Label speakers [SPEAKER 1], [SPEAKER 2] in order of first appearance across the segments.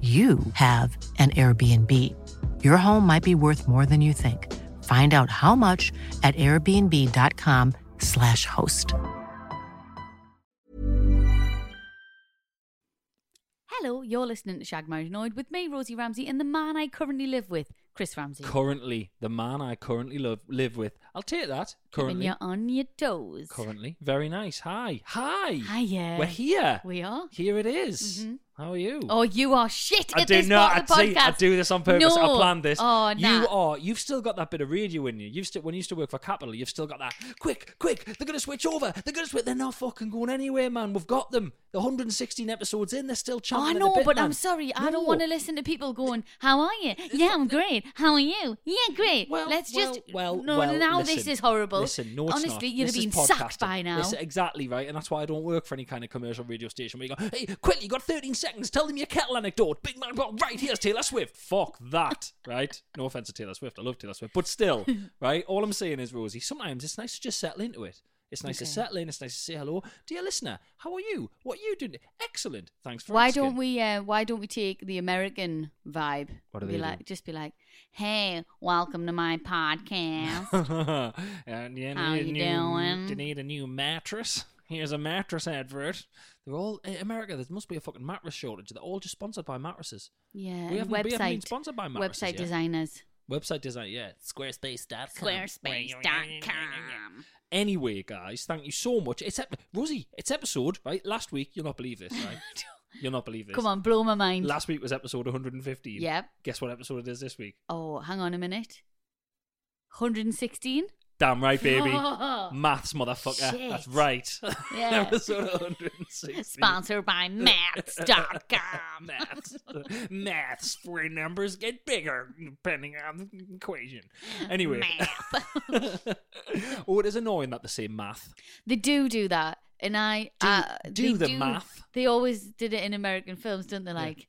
[SPEAKER 1] you have an Airbnb. Your home might be worth more than you think. Find out how much at airbnb.com/slash host.
[SPEAKER 2] Hello, you're listening to Shag Married Annoyed with me, Rosie Ramsey, and the man I currently live with, Chris Ramsey.
[SPEAKER 3] Currently, the man I currently love, live with. I'll take that.
[SPEAKER 2] Keeping
[SPEAKER 3] Currently.
[SPEAKER 2] you on your toes.
[SPEAKER 3] Currently. Very nice. Hi. Hi.
[SPEAKER 2] Hiya.
[SPEAKER 3] We're here.
[SPEAKER 2] We are.
[SPEAKER 3] Here it is. How are you?
[SPEAKER 2] Oh, you are shit
[SPEAKER 3] I
[SPEAKER 2] at
[SPEAKER 3] do
[SPEAKER 2] this
[SPEAKER 3] not.
[SPEAKER 2] part of the
[SPEAKER 3] I, see, I
[SPEAKER 2] podcast.
[SPEAKER 3] do this on purpose.
[SPEAKER 2] No.
[SPEAKER 3] I planned this.
[SPEAKER 2] Oh, nah.
[SPEAKER 3] You are. You've still got that bit of radio in you. You've still when you used to work for Capital, you've still got that. Quick, quick! They're gonna switch over. They're gonna switch. They're not fucking going anywhere, man. We've got them. The 116 episodes in. They're still
[SPEAKER 2] Oh, I
[SPEAKER 3] chanting.
[SPEAKER 2] know,
[SPEAKER 3] bit,
[SPEAKER 2] but
[SPEAKER 3] man.
[SPEAKER 2] I'm sorry. I don't
[SPEAKER 3] No.
[SPEAKER 2] want to listen to people going, "How are you? Yeah, I'm great. How are you? Yeah, great."
[SPEAKER 3] Well,
[SPEAKER 2] Let's just
[SPEAKER 3] well, well,
[SPEAKER 2] no.
[SPEAKER 3] well,
[SPEAKER 2] now
[SPEAKER 3] listen,
[SPEAKER 2] this is horrible.
[SPEAKER 3] Listen, no, it's
[SPEAKER 2] honestly,
[SPEAKER 3] not.
[SPEAKER 2] you'd
[SPEAKER 3] This
[SPEAKER 2] have been
[SPEAKER 3] is
[SPEAKER 2] sacked
[SPEAKER 3] podcasting.
[SPEAKER 2] by now.
[SPEAKER 3] This- exactly right, and that's why I don't work for any kind of commercial radio station where you go, "Hey, quick, you got 13 seconds. Tell them your kettle anecdote. Big man, got right here's Taylor Swift. Fuck that, right? No offense to Taylor Swift, I love Taylor Swift, but still, right? All I'm saying is, Rosie, sometimes it's nice to just settle into it. It's nice to settle in. It's nice to say hello, dear listener. How are you? What are you doing? Excellent. Thanks for
[SPEAKER 2] why
[SPEAKER 3] asking.
[SPEAKER 2] don't we? Uh, why don't we take the American vibe?
[SPEAKER 3] What do
[SPEAKER 2] be
[SPEAKER 3] they do?
[SPEAKER 2] like? Just be like, "Hey, welcome to my podcast."
[SPEAKER 3] and you
[SPEAKER 2] How
[SPEAKER 3] need
[SPEAKER 2] you
[SPEAKER 3] a new,
[SPEAKER 2] doing?
[SPEAKER 3] You need a new mattress. Here's a mattress advert. They're all in America. There must be a fucking mattress shortage. They're all just sponsored by mattresses.
[SPEAKER 2] yeah,
[SPEAKER 3] We
[SPEAKER 2] and
[SPEAKER 3] haven't- we haven't been
[SPEAKER 2] website
[SPEAKER 3] sponsored by mattresses
[SPEAKER 2] website
[SPEAKER 3] yet.
[SPEAKER 2] designers.
[SPEAKER 3] Website design, yeah, Squarespace.com.
[SPEAKER 2] Squarespace.com.
[SPEAKER 3] Anyway, guys, thank you so much. It's ep- Rosie. It's episode right. Last week, you'll not believe this. Right? you'll not believe this.
[SPEAKER 2] Come on, blow my mind.
[SPEAKER 3] Last week was episode 115.
[SPEAKER 2] Yep.
[SPEAKER 3] Guess what episode it is this week?
[SPEAKER 2] Oh, hang on a minute. 116.
[SPEAKER 3] Damn right, baby. Maths, motherfucker.
[SPEAKER 2] Shit.
[SPEAKER 3] That's right.
[SPEAKER 2] Yeah.
[SPEAKER 3] Episode 160.
[SPEAKER 2] Sponsored by maths.com.
[SPEAKER 3] Maths. Maths. Where numbers get bigger depending on the equation. Anyway. oh, it is annoying that they say math.
[SPEAKER 2] they do do that. And I
[SPEAKER 3] Do-
[SPEAKER 2] uh,
[SPEAKER 3] do
[SPEAKER 2] they
[SPEAKER 3] the math.
[SPEAKER 2] They always did it in American films, don't they? Like,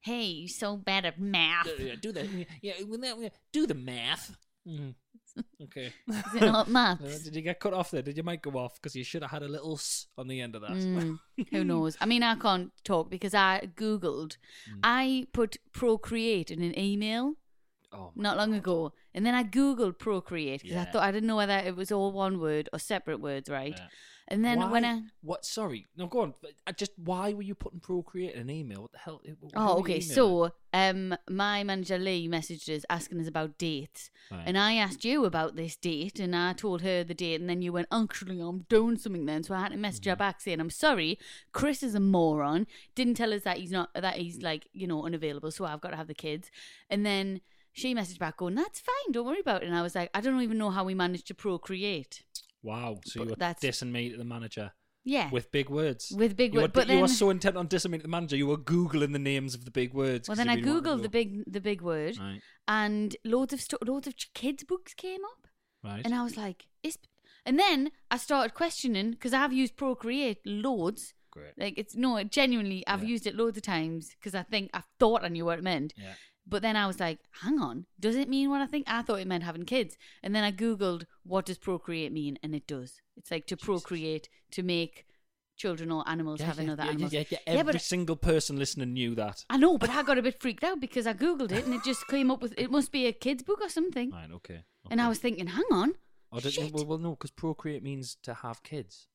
[SPEAKER 2] hey, you're so bad at math.
[SPEAKER 3] Uh, yeah, do the yeah, when that, when- do the math. Mhm.
[SPEAKER 2] Mm-hmm.
[SPEAKER 3] Okay.
[SPEAKER 2] Is it not
[SPEAKER 3] Uh,
[SPEAKER 2] maths?
[SPEAKER 3] Did you get cut off there? Did your mic go off? Because you should have had a little s on the end of that.
[SPEAKER 2] Mm, who knows? I mean, I can't talk because I Googled. I put procreate in an email
[SPEAKER 3] Hmm. Oh, my
[SPEAKER 2] not long ago. And then I Googled procreate because I
[SPEAKER 3] Yeah.
[SPEAKER 2] thought I didn't know whether it was all one word or separate words, right?
[SPEAKER 3] Yeah.
[SPEAKER 2] And then when
[SPEAKER 3] Why-
[SPEAKER 2] I.
[SPEAKER 3] what? Sorry, no, go on. I just why were you putting Procreate in an email? What the hell? who were
[SPEAKER 2] Oh,
[SPEAKER 3] you
[SPEAKER 2] okay.
[SPEAKER 3] emailing?
[SPEAKER 2] So, um, my manager Lee messaged us asking us about dates,
[SPEAKER 3] Right.
[SPEAKER 2] and I asked you about this date, and I told her the date, and then you went, "Actually, I'm doing something then," so I had to message
[SPEAKER 3] Mm-hmm.
[SPEAKER 2] her back saying, "I'm sorry, Chris is a moron. Didn't tell us that he's not that he's like you know unavailable, so I've got to have the kids." And then she messaged back going, "That's fine, don't worry about it." And I was like, "I don't even know how we managed to procreate."
[SPEAKER 3] wow, so
[SPEAKER 2] But
[SPEAKER 3] you were
[SPEAKER 2] that's-
[SPEAKER 3] dissing me to the manager
[SPEAKER 2] Yeah,
[SPEAKER 3] with big words.
[SPEAKER 2] With big
[SPEAKER 3] You
[SPEAKER 2] word-
[SPEAKER 3] were-
[SPEAKER 2] but
[SPEAKER 3] you were
[SPEAKER 2] then-
[SPEAKER 3] so intent on dissing me to the manager, you were googling the names of the big words.
[SPEAKER 2] well,
[SPEAKER 3] 'cause
[SPEAKER 2] then
[SPEAKER 3] you
[SPEAKER 2] I
[SPEAKER 3] really wanted to
[SPEAKER 2] googled
[SPEAKER 3] go-
[SPEAKER 2] the big the big word,
[SPEAKER 3] Right,
[SPEAKER 2] and loads of sto- loads of ch- kids books came up.
[SPEAKER 3] right.
[SPEAKER 2] And I was like, it's. And then I started questioning because I've used Procreate loads.
[SPEAKER 3] Great.
[SPEAKER 2] Like it's no, it genuinely, I've
[SPEAKER 3] Yeah.
[SPEAKER 2] used it loads of times because I think I thought I knew what it meant.
[SPEAKER 3] Yeah.
[SPEAKER 2] But then I was like, hang on, does it mean what I think? I thought it meant having kids. And then I googled what does procreate mean, and it does. It's like to procreate, to make children or animals
[SPEAKER 3] Yeah,
[SPEAKER 2] have
[SPEAKER 3] yeah,
[SPEAKER 2] another
[SPEAKER 3] yeah,
[SPEAKER 2] animal.
[SPEAKER 3] Yeah, yeah, yeah. Every
[SPEAKER 2] but
[SPEAKER 3] single person listening knew that.
[SPEAKER 2] I know, but I got a bit freaked out because I googled it and it just came up with it must be a kids book or something.
[SPEAKER 3] Right, okay.
[SPEAKER 2] And I
[SPEAKER 3] okay. Oh,
[SPEAKER 2] was thinking, hang on,
[SPEAKER 3] I don't,
[SPEAKER 2] shit.
[SPEAKER 3] well, well, no, because procreate means to have kids.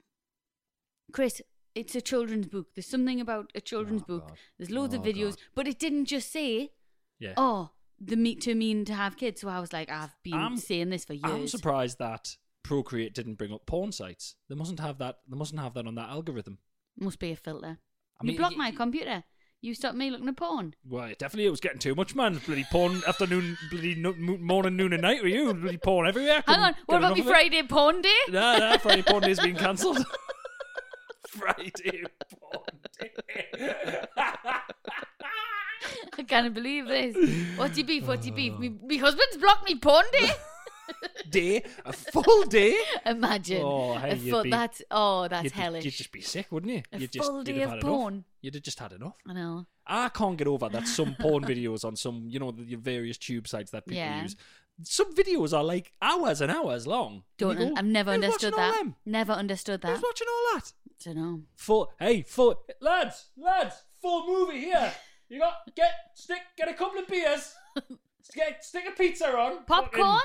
[SPEAKER 2] Chris, it's a children's book. There's something about a children's book.
[SPEAKER 3] God.
[SPEAKER 2] There's loads
[SPEAKER 3] Oh,
[SPEAKER 2] of videos,
[SPEAKER 3] God.
[SPEAKER 2] but it didn't just say,
[SPEAKER 3] Yeah.
[SPEAKER 2] "Oh, the meat too mean to have kids." So I was like, I've been
[SPEAKER 3] I'm-
[SPEAKER 2] saying this for years.
[SPEAKER 3] I'm surprised that Procreate didn't bring up porn sites. They mustn't have that. They mustn't have that on that algorithm.
[SPEAKER 2] Must be a filter.
[SPEAKER 3] I
[SPEAKER 2] you blocked
[SPEAKER 3] y-
[SPEAKER 2] my computer. You stopped me looking at porn.
[SPEAKER 3] Well, definitely, it was getting too much, man. Bloody porn afternoon, bloody no, mo- morning, noon, and night with you. Bloody porn everywhere.
[SPEAKER 2] Hang on. What about me Friday porn day?
[SPEAKER 3] No, no, Friday porn day's been cancelled. Friday porn day.
[SPEAKER 2] I can't believe this. What's your beef? What's your
[SPEAKER 3] Oh.
[SPEAKER 2] beef? Me, me husband's blocked me porn day.
[SPEAKER 3] day, a full day.
[SPEAKER 2] Imagine.
[SPEAKER 3] Oh, hey,
[SPEAKER 2] A
[SPEAKER 3] you'd
[SPEAKER 2] full-
[SPEAKER 3] be-
[SPEAKER 2] that's oh, that's
[SPEAKER 3] you'd,
[SPEAKER 2] hellish.
[SPEAKER 3] You'd just be sick, wouldn't you?
[SPEAKER 2] A
[SPEAKER 3] you'd just,
[SPEAKER 2] full
[SPEAKER 3] you'd
[SPEAKER 2] day
[SPEAKER 3] have
[SPEAKER 2] of
[SPEAKER 3] had Enough.
[SPEAKER 2] porn.
[SPEAKER 3] You'd have just had enough.
[SPEAKER 2] I know.
[SPEAKER 3] I can't get over that some porn videos on some, you know, the your various tube sites that people
[SPEAKER 2] Yeah.
[SPEAKER 3] use. Some videos are like hours and hours long. And you
[SPEAKER 2] Don't. un-
[SPEAKER 3] go,
[SPEAKER 2] I've never
[SPEAKER 3] "Who's
[SPEAKER 2] understood
[SPEAKER 3] watching all
[SPEAKER 2] that.
[SPEAKER 3] them?
[SPEAKER 2] Never understood that.
[SPEAKER 3] Who's watching all that?
[SPEAKER 2] don't know.
[SPEAKER 3] Full, hey, full, lads, lads, full movie here. You got get stick, get a couple of beers, get stick a pizza on,
[SPEAKER 2] Popcorn.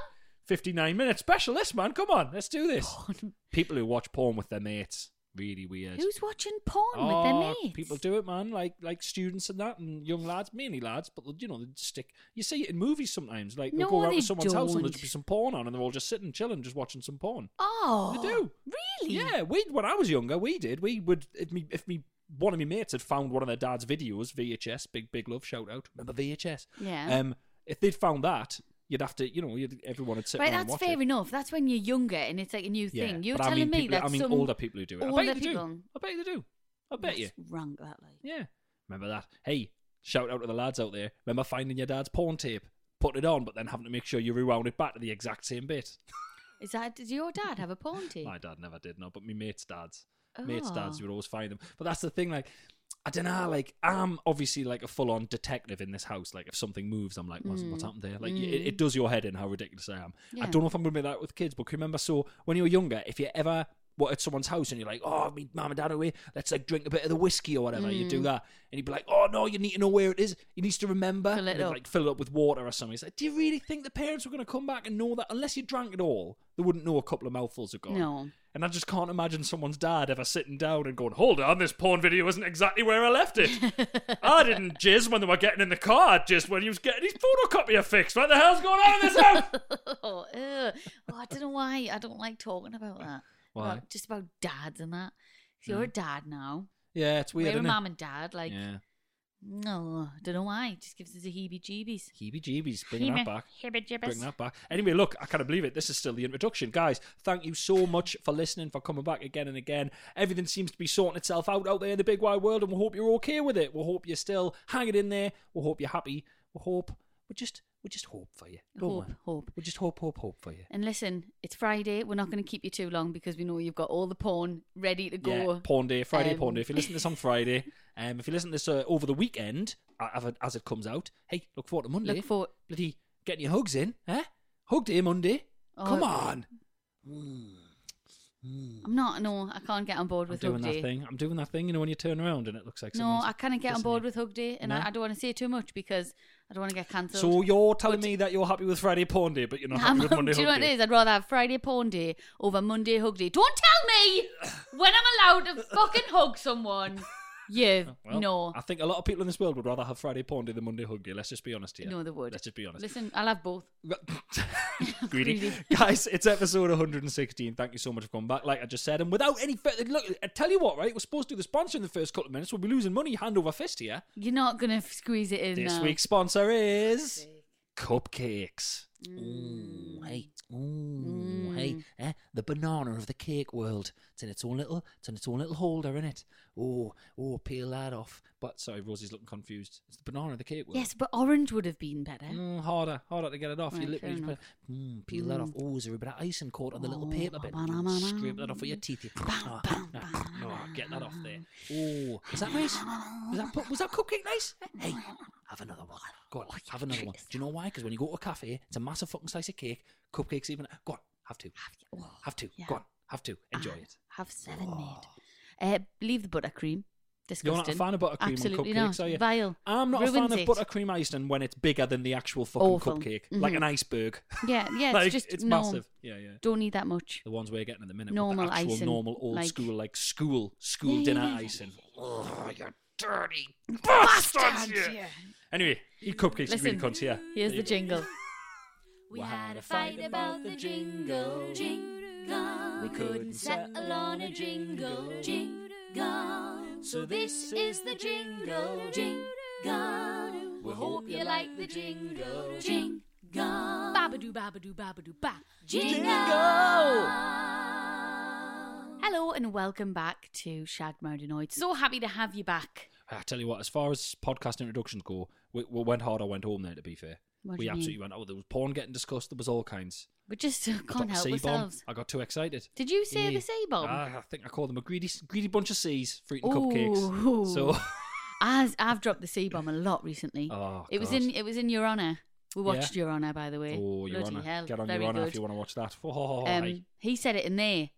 [SPEAKER 3] Fifty-nine minute special, this man. Come on, let's do this.
[SPEAKER 2] Porn.
[SPEAKER 3] People who watch porn with their mates, really weird.
[SPEAKER 2] Who's watching porn with their
[SPEAKER 3] Oh,
[SPEAKER 2] mates?
[SPEAKER 3] People do it, man. Like like students and that, and young lads, mainly lads. But you know, they stick. You see it in movies sometimes. Like they'll
[SPEAKER 2] No,
[SPEAKER 3] go around
[SPEAKER 2] they
[SPEAKER 3] to someone's house and there'll
[SPEAKER 2] don't.
[SPEAKER 3] be some porn on, and they're all just sitting, chilling, just watching some porn.
[SPEAKER 2] Oh,
[SPEAKER 3] They do.
[SPEAKER 2] Really?
[SPEAKER 3] Yeah, we when I was younger, we did. We would if me if me one of my mates had found one of their dad's videos, VHS, big big love shout out. Remember VHS?
[SPEAKER 2] Yeah.
[SPEAKER 3] Um, if they'd found that, you'd have to, you know, you'd, everyone would sit
[SPEAKER 2] Right,
[SPEAKER 3] around and
[SPEAKER 2] that's
[SPEAKER 3] watch
[SPEAKER 2] fair
[SPEAKER 3] it.
[SPEAKER 2] enough. That's when you're younger and it's like a new
[SPEAKER 3] Yeah,
[SPEAKER 2] thing. You're
[SPEAKER 3] but I
[SPEAKER 2] telling
[SPEAKER 3] mean
[SPEAKER 2] me
[SPEAKER 3] people-
[SPEAKER 2] that
[SPEAKER 3] I mean
[SPEAKER 2] some
[SPEAKER 3] older people who do it. I bet
[SPEAKER 2] older
[SPEAKER 3] you they do.
[SPEAKER 2] people.
[SPEAKER 3] I bet you they do. I bet you.
[SPEAKER 2] What's wrong with that like.
[SPEAKER 3] Yeah. Remember that. Hey, shout out to the lads out there. Remember finding your dad's porn tape, put it on, but then having to make sure you rewound it back to the exact same bit.
[SPEAKER 2] Is that does your dad have a porn tape?
[SPEAKER 3] My dad never did, no, but my mate's dads.
[SPEAKER 2] Oh.
[SPEAKER 3] Mate's dads, you would always find them. But that's the thing, like, I don't know, like, I'm obviously like a full on detective in this house. Like, if something moves, I'm like, what's, what's happened there? Like, y- it, it does your head in how ridiculous I am. I
[SPEAKER 2] Mm. Yeah.
[SPEAKER 3] don't know if I'm going to be like that with kids, but can you remember, so when you were younger, if you ever were at someone's house and you're like, oh, me mum and dad are away, let's like drink a bit of the whiskey or whatever, you
[SPEAKER 2] Mm.
[SPEAKER 3] do that. And you'd be like, oh, no, you need to know where it is. You needs to remember.
[SPEAKER 2] Fill it
[SPEAKER 3] And they'd,
[SPEAKER 2] up.
[SPEAKER 3] Like, fill it up with water or something. It's like, do you really think the parents were going to come back and know that? Unless you drank it all, they wouldn't know a couple of mouthfuls of gone.
[SPEAKER 2] No.
[SPEAKER 3] And I just can't imagine someone's dad ever sitting down and going, hold on, this porn video isn't exactly where I left it. I didn't jizz when they were getting in the car, I jizzed when he was getting his photocopier fixed. What the hell's going on in this house?
[SPEAKER 2] oh, ew. oh, I don't know why. I don't like talking about that.
[SPEAKER 3] Why?
[SPEAKER 2] About, just about dads and that. 'Cause You're a dad now.
[SPEAKER 3] yeah, it's weird,
[SPEAKER 2] We're a
[SPEAKER 3] isn't
[SPEAKER 2] mum and dad.
[SPEAKER 3] it?
[SPEAKER 2] Like,
[SPEAKER 3] Yeah.
[SPEAKER 2] no, don't know why. It just gives us a heebie-jeebies.
[SPEAKER 3] Heebie-jeebies, bringing that back. Bring
[SPEAKER 2] Heebie-jeebies.
[SPEAKER 3] that back. Anyway, look, I can't believe it. This is still the introduction. Guys, thank you so much for listening, for coming back again and again. Everything seems to be sorting itself out out there in the big wide world, and we hope you're okay with it. We hope you're still hanging in there. We hope you're happy. We hope. We just, we just hope for you. don't
[SPEAKER 2] Hope,
[SPEAKER 3] we?
[SPEAKER 2] hope.
[SPEAKER 3] We just hope, hope, hope for you.
[SPEAKER 2] And listen, it's Friday. We're not going to keep you too long because we know you've got all the porn ready to go.
[SPEAKER 3] Yeah, Pawn Day, Friday
[SPEAKER 2] Um,
[SPEAKER 3] Pawn Day. If you listen to this on Friday, um, if you listen to this uh, over the weekend, uh, as it- as it comes out, hey, look forward to Monday.
[SPEAKER 2] Look for
[SPEAKER 3] Bloody getting your hugs in, eh? Hug day Monday.
[SPEAKER 2] Oh,
[SPEAKER 3] Come on.
[SPEAKER 2] I'm not. No, I can't get on board
[SPEAKER 3] I'm
[SPEAKER 2] with
[SPEAKER 3] doing
[SPEAKER 2] Hug
[SPEAKER 3] that
[SPEAKER 2] Day.
[SPEAKER 3] thing. I'm doing that thing, you know, when you turn around and it looks like
[SPEAKER 2] no,
[SPEAKER 3] someone's
[SPEAKER 2] I can't get on
[SPEAKER 3] kissing
[SPEAKER 2] board
[SPEAKER 3] you.
[SPEAKER 2] with Hug Day, and
[SPEAKER 3] No?
[SPEAKER 2] I, I don't want to say too much because I don't want to get cancelled.
[SPEAKER 3] So you're telling
[SPEAKER 2] But-
[SPEAKER 3] me that you're happy with Friday Pawn Day, but you're not
[SPEAKER 2] I'm-
[SPEAKER 3] happy with Monday
[SPEAKER 2] do you know
[SPEAKER 3] Hug
[SPEAKER 2] what it
[SPEAKER 3] Day.
[SPEAKER 2] is? I'd rather have Friday Porn Day over Monday Hug Day. Don't tell me when I'm allowed to fucking hug someone. Yeah,
[SPEAKER 3] Oh, Well,
[SPEAKER 2] no,
[SPEAKER 3] I think a lot of people in this world would rather have Friday Pawn Day than Monday Hug Day. Let's just be honest here.
[SPEAKER 2] no, they would.
[SPEAKER 3] Let's just be honest.
[SPEAKER 2] Listen, I'll have both.
[SPEAKER 3] Greedy. Guys, it's episode 116. Thank you so much for coming back. Like I just said, and without any further look, I tell you what, right? We're supposed to do the sponsor in the first couple of minutes. We'll be losing money hand over fist here.
[SPEAKER 2] You're not gonna f- squeeze it in
[SPEAKER 3] This
[SPEAKER 2] now.
[SPEAKER 3] week's sponsor is cupcakes. Ooh, hey, ooh, hey, eh, the banana of the cake world. It's in its own little, it's in its own little holder, in it. Oh, oh, peel that off. But sorry, Rosie's looking confused. It's the banana of the cake world.
[SPEAKER 2] Yes, but orange would have been better.
[SPEAKER 3] Mm, harder, harder to get it off. you
[SPEAKER 2] Right,
[SPEAKER 3] literally
[SPEAKER 2] fair Oh,
[SPEAKER 3] just put, mm, peel that off. Oh, is there a bit of icing caught on the little paper bit?
[SPEAKER 2] ba- na-
[SPEAKER 3] Mm,
[SPEAKER 2] na- na-
[SPEAKER 3] Scrape that off with your teeth. You- Ah, ah, ah, get that off there. Oh, is that nice? Was that, pu- was that cupcake nice? Hey, have another one. Go on, have another one. Do you know why? Because when you go to a cafe, it's a massive fucking slice of cake. Cupcakes even. Go on, have two. Have two.
[SPEAKER 2] yeah.
[SPEAKER 3] Go on, have two. Enjoy
[SPEAKER 2] Ah,
[SPEAKER 3] it.
[SPEAKER 2] Have seven made. Uh, Eh, leave the buttercream. Disgusting.
[SPEAKER 3] You're not a fan of buttercream
[SPEAKER 2] Absolutely
[SPEAKER 3] and
[SPEAKER 2] not.
[SPEAKER 3] cupcakes, are you?
[SPEAKER 2] Vile.
[SPEAKER 3] I'm not a
[SPEAKER 2] Ruins
[SPEAKER 3] fan
[SPEAKER 2] it.
[SPEAKER 3] of buttercream icing when it's bigger than the actual fucking
[SPEAKER 2] Awful.
[SPEAKER 3] cupcake,
[SPEAKER 2] Mhm.
[SPEAKER 3] like an iceberg.
[SPEAKER 2] Yeah, yeah. It's
[SPEAKER 3] like,
[SPEAKER 2] just
[SPEAKER 3] it's
[SPEAKER 2] no,
[SPEAKER 3] massive. Yeah, yeah.
[SPEAKER 2] Don't need that much.
[SPEAKER 3] The ones we're getting at the minute,
[SPEAKER 2] Normal
[SPEAKER 3] with the actual
[SPEAKER 2] icing,
[SPEAKER 3] normal old
[SPEAKER 2] like-
[SPEAKER 3] school, like school school
[SPEAKER 2] Yeah, yeah,
[SPEAKER 3] dinner
[SPEAKER 2] yeah.
[SPEAKER 3] icing. Oh, you dirty bastards! you.
[SPEAKER 2] Yeah.
[SPEAKER 3] Anyway, eat cupcakes, you really
[SPEAKER 2] Listen,
[SPEAKER 3] cunts. Yeah.
[SPEAKER 2] Here's the
[SPEAKER 3] There you go.
[SPEAKER 2] jingle.
[SPEAKER 3] We had a fight about the jingle, jingle. We couldn't settle on a jingle, jingle. So this is the jingle, jingle. We hope you like the jingle, jingle.
[SPEAKER 2] Babadoo, babadoo, babadoo, ba.
[SPEAKER 3] Jingle!
[SPEAKER 2] Hello and welcome back to Shagged Mountainoid. So happy to have you back.
[SPEAKER 3] I tell you what, as far as podcast introductions go, we, we went hard. I went home there. To be fair,
[SPEAKER 2] What do
[SPEAKER 3] we
[SPEAKER 2] you mean?
[SPEAKER 3] absolutely went. Oh, there was porn getting discussed. There was all kinds.
[SPEAKER 2] We just uh,
[SPEAKER 3] Got
[SPEAKER 2] can't
[SPEAKER 3] the
[SPEAKER 2] help
[SPEAKER 3] C-bomb.
[SPEAKER 2] ourselves.
[SPEAKER 3] I got too excited.
[SPEAKER 2] Did you say
[SPEAKER 3] Yeah.
[SPEAKER 2] the C bomb?
[SPEAKER 3] Ah, I think I called them a greedy, greedy bunch of C's for eating
[SPEAKER 2] Ooh.
[SPEAKER 3] cupcakes. So
[SPEAKER 2] As I've dropped the C bomb a lot recently.
[SPEAKER 3] Oh,
[SPEAKER 2] it was
[SPEAKER 3] God.
[SPEAKER 2] in it was in Your Honor. We
[SPEAKER 3] Yeah.
[SPEAKER 2] watched Your Honor, by the way.
[SPEAKER 3] Oh, Your
[SPEAKER 2] Bloody
[SPEAKER 3] Honour.
[SPEAKER 2] hell,
[SPEAKER 3] Get on
[SPEAKER 2] very
[SPEAKER 3] Your Honour
[SPEAKER 2] good.
[SPEAKER 3] if you want to watch that. Oh,
[SPEAKER 2] um, he said it in there,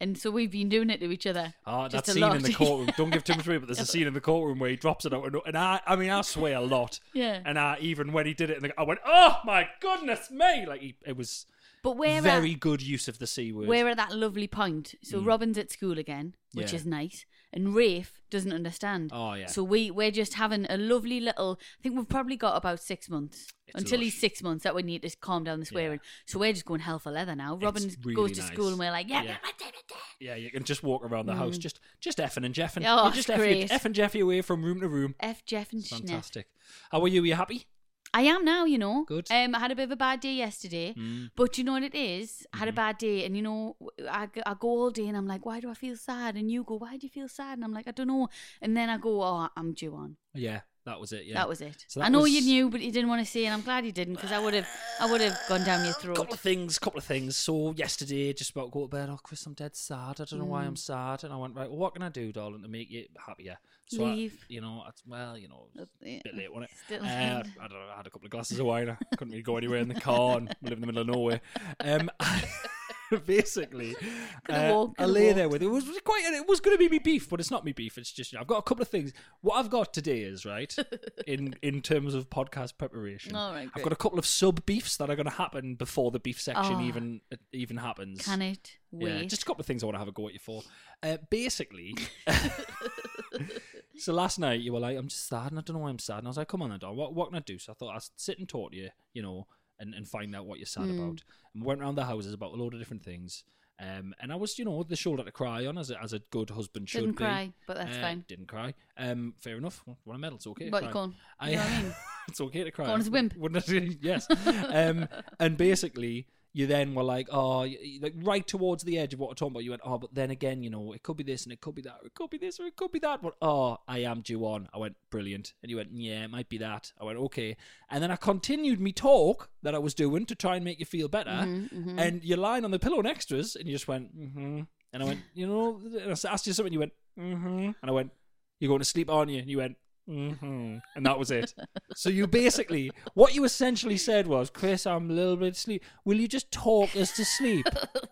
[SPEAKER 2] and so we've been doing it to each other.
[SPEAKER 3] Ah, that
[SPEAKER 2] Just a
[SPEAKER 3] scene
[SPEAKER 2] lot.
[SPEAKER 3] in the courtroom. Don't give too much away, but there's a scene in the courtroom where he drops it out, and, and I, I mean, I swear a lot.
[SPEAKER 2] Yeah.
[SPEAKER 3] And I, even when he did it, in the, I went, "Oh my goodness me!" Like he, it was
[SPEAKER 2] but we're
[SPEAKER 3] very
[SPEAKER 2] at,
[SPEAKER 3] good use of the c word.
[SPEAKER 2] we're at that lovely point. So
[SPEAKER 3] Mm.
[SPEAKER 2] Robin's at school again, which
[SPEAKER 3] Yeah.
[SPEAKER 2] is nice, and Rafe doesn't understand.
[SPEAKER 3] Oh, yeah.
[SPEAKER 2] So we we're just having a lovely little. I think we've probably got about six months
[SPEAKER 3] It's
[SPEAKER 2] until he's
[SPEAKER 3] lush.
[SPEAKER 2] six months that we need to calm down the swearing. So we're just going hell for leather now. Robin
[SPEAKER 3] really
[SPEAKER 2] goes to
[SPEAKER 3] nice.
[SPEAKER 2] school, and we're like, yeah,
[SPEAKER 3] Yeah.
[SPEAKER 2] yeah.
[SPEAKER 3] yeah, you can just walk around the house, just just effing and jeffing.
[SPEAKER 2] Hmm. Oh,
[SPEAKER 3] You just
[SPEAKER 2] it's
[SPEAKER 3] effing,
[SPEAKER 2] great.
[SPEAKER 3] effing Jeffy away from room to room.
[SPEAKER 2] F Jeff and Schniff.
[SPEAKER 3] Fantastic. How are you? Are you happy?
[SPEAKER 2] I am now, you know.
[SPEAKER 3] Good. Hmm.
[SPEAKER 2] Um, I had a bit of a bad day yesterday, but you know what it is? I had a bad day, and you know, I, g- I go all day and I'm like, why do I feel sad? And you go, why do you feel sad? And I'm like, I don't know. And then I go, oh, I'm due on.
[SPEAKER 3] Yeah, that was it. Yeah,
[SPEAKER 2] That was it.
[SPEAKER 3] So that
[SPEAKER 2] I know
[SPEAKER 3] was-
[SPEAKER 2] you knew, but you didn't want to say, and I'm glad you didn't because I would have, I would have gone down your throat.
[SPEAKER 3] Couple of things, couple of things. So yesterday, just about to go to bed. Oh, Chris, I'm dead sad. I don't know why I'm sad. And I went right. Well, what can I do, darling, to make you happier? So I-
[SPEAKER 2] Leave.
[SPEAKER 3] you know, I, well, you know,
[SPEAKER 2] Uh,
[SPEAKER 3] a bit
[SPEAKER 2] yeah.
[SPEAKER 3] late, wasn't it?
[SPEAKER 2] Still-
[SPEAKER 3] Uh, I don't know. I had a couple of glasses of wine. I couldn't really go anywhere in the car, and we live in the middle of nowhere. Um, basically, uh,
[SPEAKER 2] Coulda walked,
[SPEAKER 3] I
[SPEAKER 2] coulda
[SPEAKER 3] lay there with it. was quite. It was going to be me beef, but it's not me beef. It's just you know, I've got a couple of things. What I've got today is right in in terms of podcast preparation.
[SPEAKER 2] All right,
[SPEAKER 3] I've
[SPEAKER 2] great.
[SPEAKER 3] got a couple of sub beefs that are going to happen before the beef section
[SPEAKER 2] Oh.
[SPEAKER 3] even even happens.
[SPEAKER 2] Can it wait?
[SPEAKER 3] Yeah, just a couple of things I want to have a go at you for. Uh, basically, so last night you were like, "I'm just sad, and I don't know why I'm sad." And I was like, "Come on, then, Don, what what can I do?" So I thought I'd sit and talk to you, you know, and, and find out what you're
[SPEAKER 2] Hmm.
[SPEAKER 3] sad about. And we went around the houses about a load of different things. Um, and I was, you know, the shoulder to cry on as a, as a good husband should
[SPEAKER 2] Didn't
[SPEAKER 3] be.
[SPEAKER 2] cry, but that's
[SPEAKER 3] Uh,
[SPEAKER 2] fine.
[SPEAKER 3] Didn't cry. Um, fair enough. Won a medal. It's okay. to
[SPEAKER 2] But
[SPEAKER 3] cry.
[SPEAKER 2] go on.
[SPEAKER 3] I-
[SPEAKER 2] You know what I mean?
[SPEAKER 3] it's okay to cry.
[SPEAKER 2] Go on as a wimp.
[SPEAKER 3] Wouldn't it? yes. Um, and basically, you then were like, oh, y- y- like right towards the edge of what I'm talking about. You went, oh, but then again, you know, it could be this and it could be that, or it could be this or it could be that. But oh, I am due on. I went, brilliant. And you went, yeah, it might be that. I went, okay. And then I continued me talk that I was doing to try and make you feel better.
[SPEAKER 2] Mm-hmm,
[SPEAKER 3] And you're lying on the pillow next to us, and you just went, mm-hmm. And I went, you know, and I s- asked you something, you went, mm-hmm. And I went, you're going to sleep, aren't you? And you went, hmm and that was it. so you basically, what you essentially said was, Chris, I'm a little bit sleep. Will you just talk us to sleep,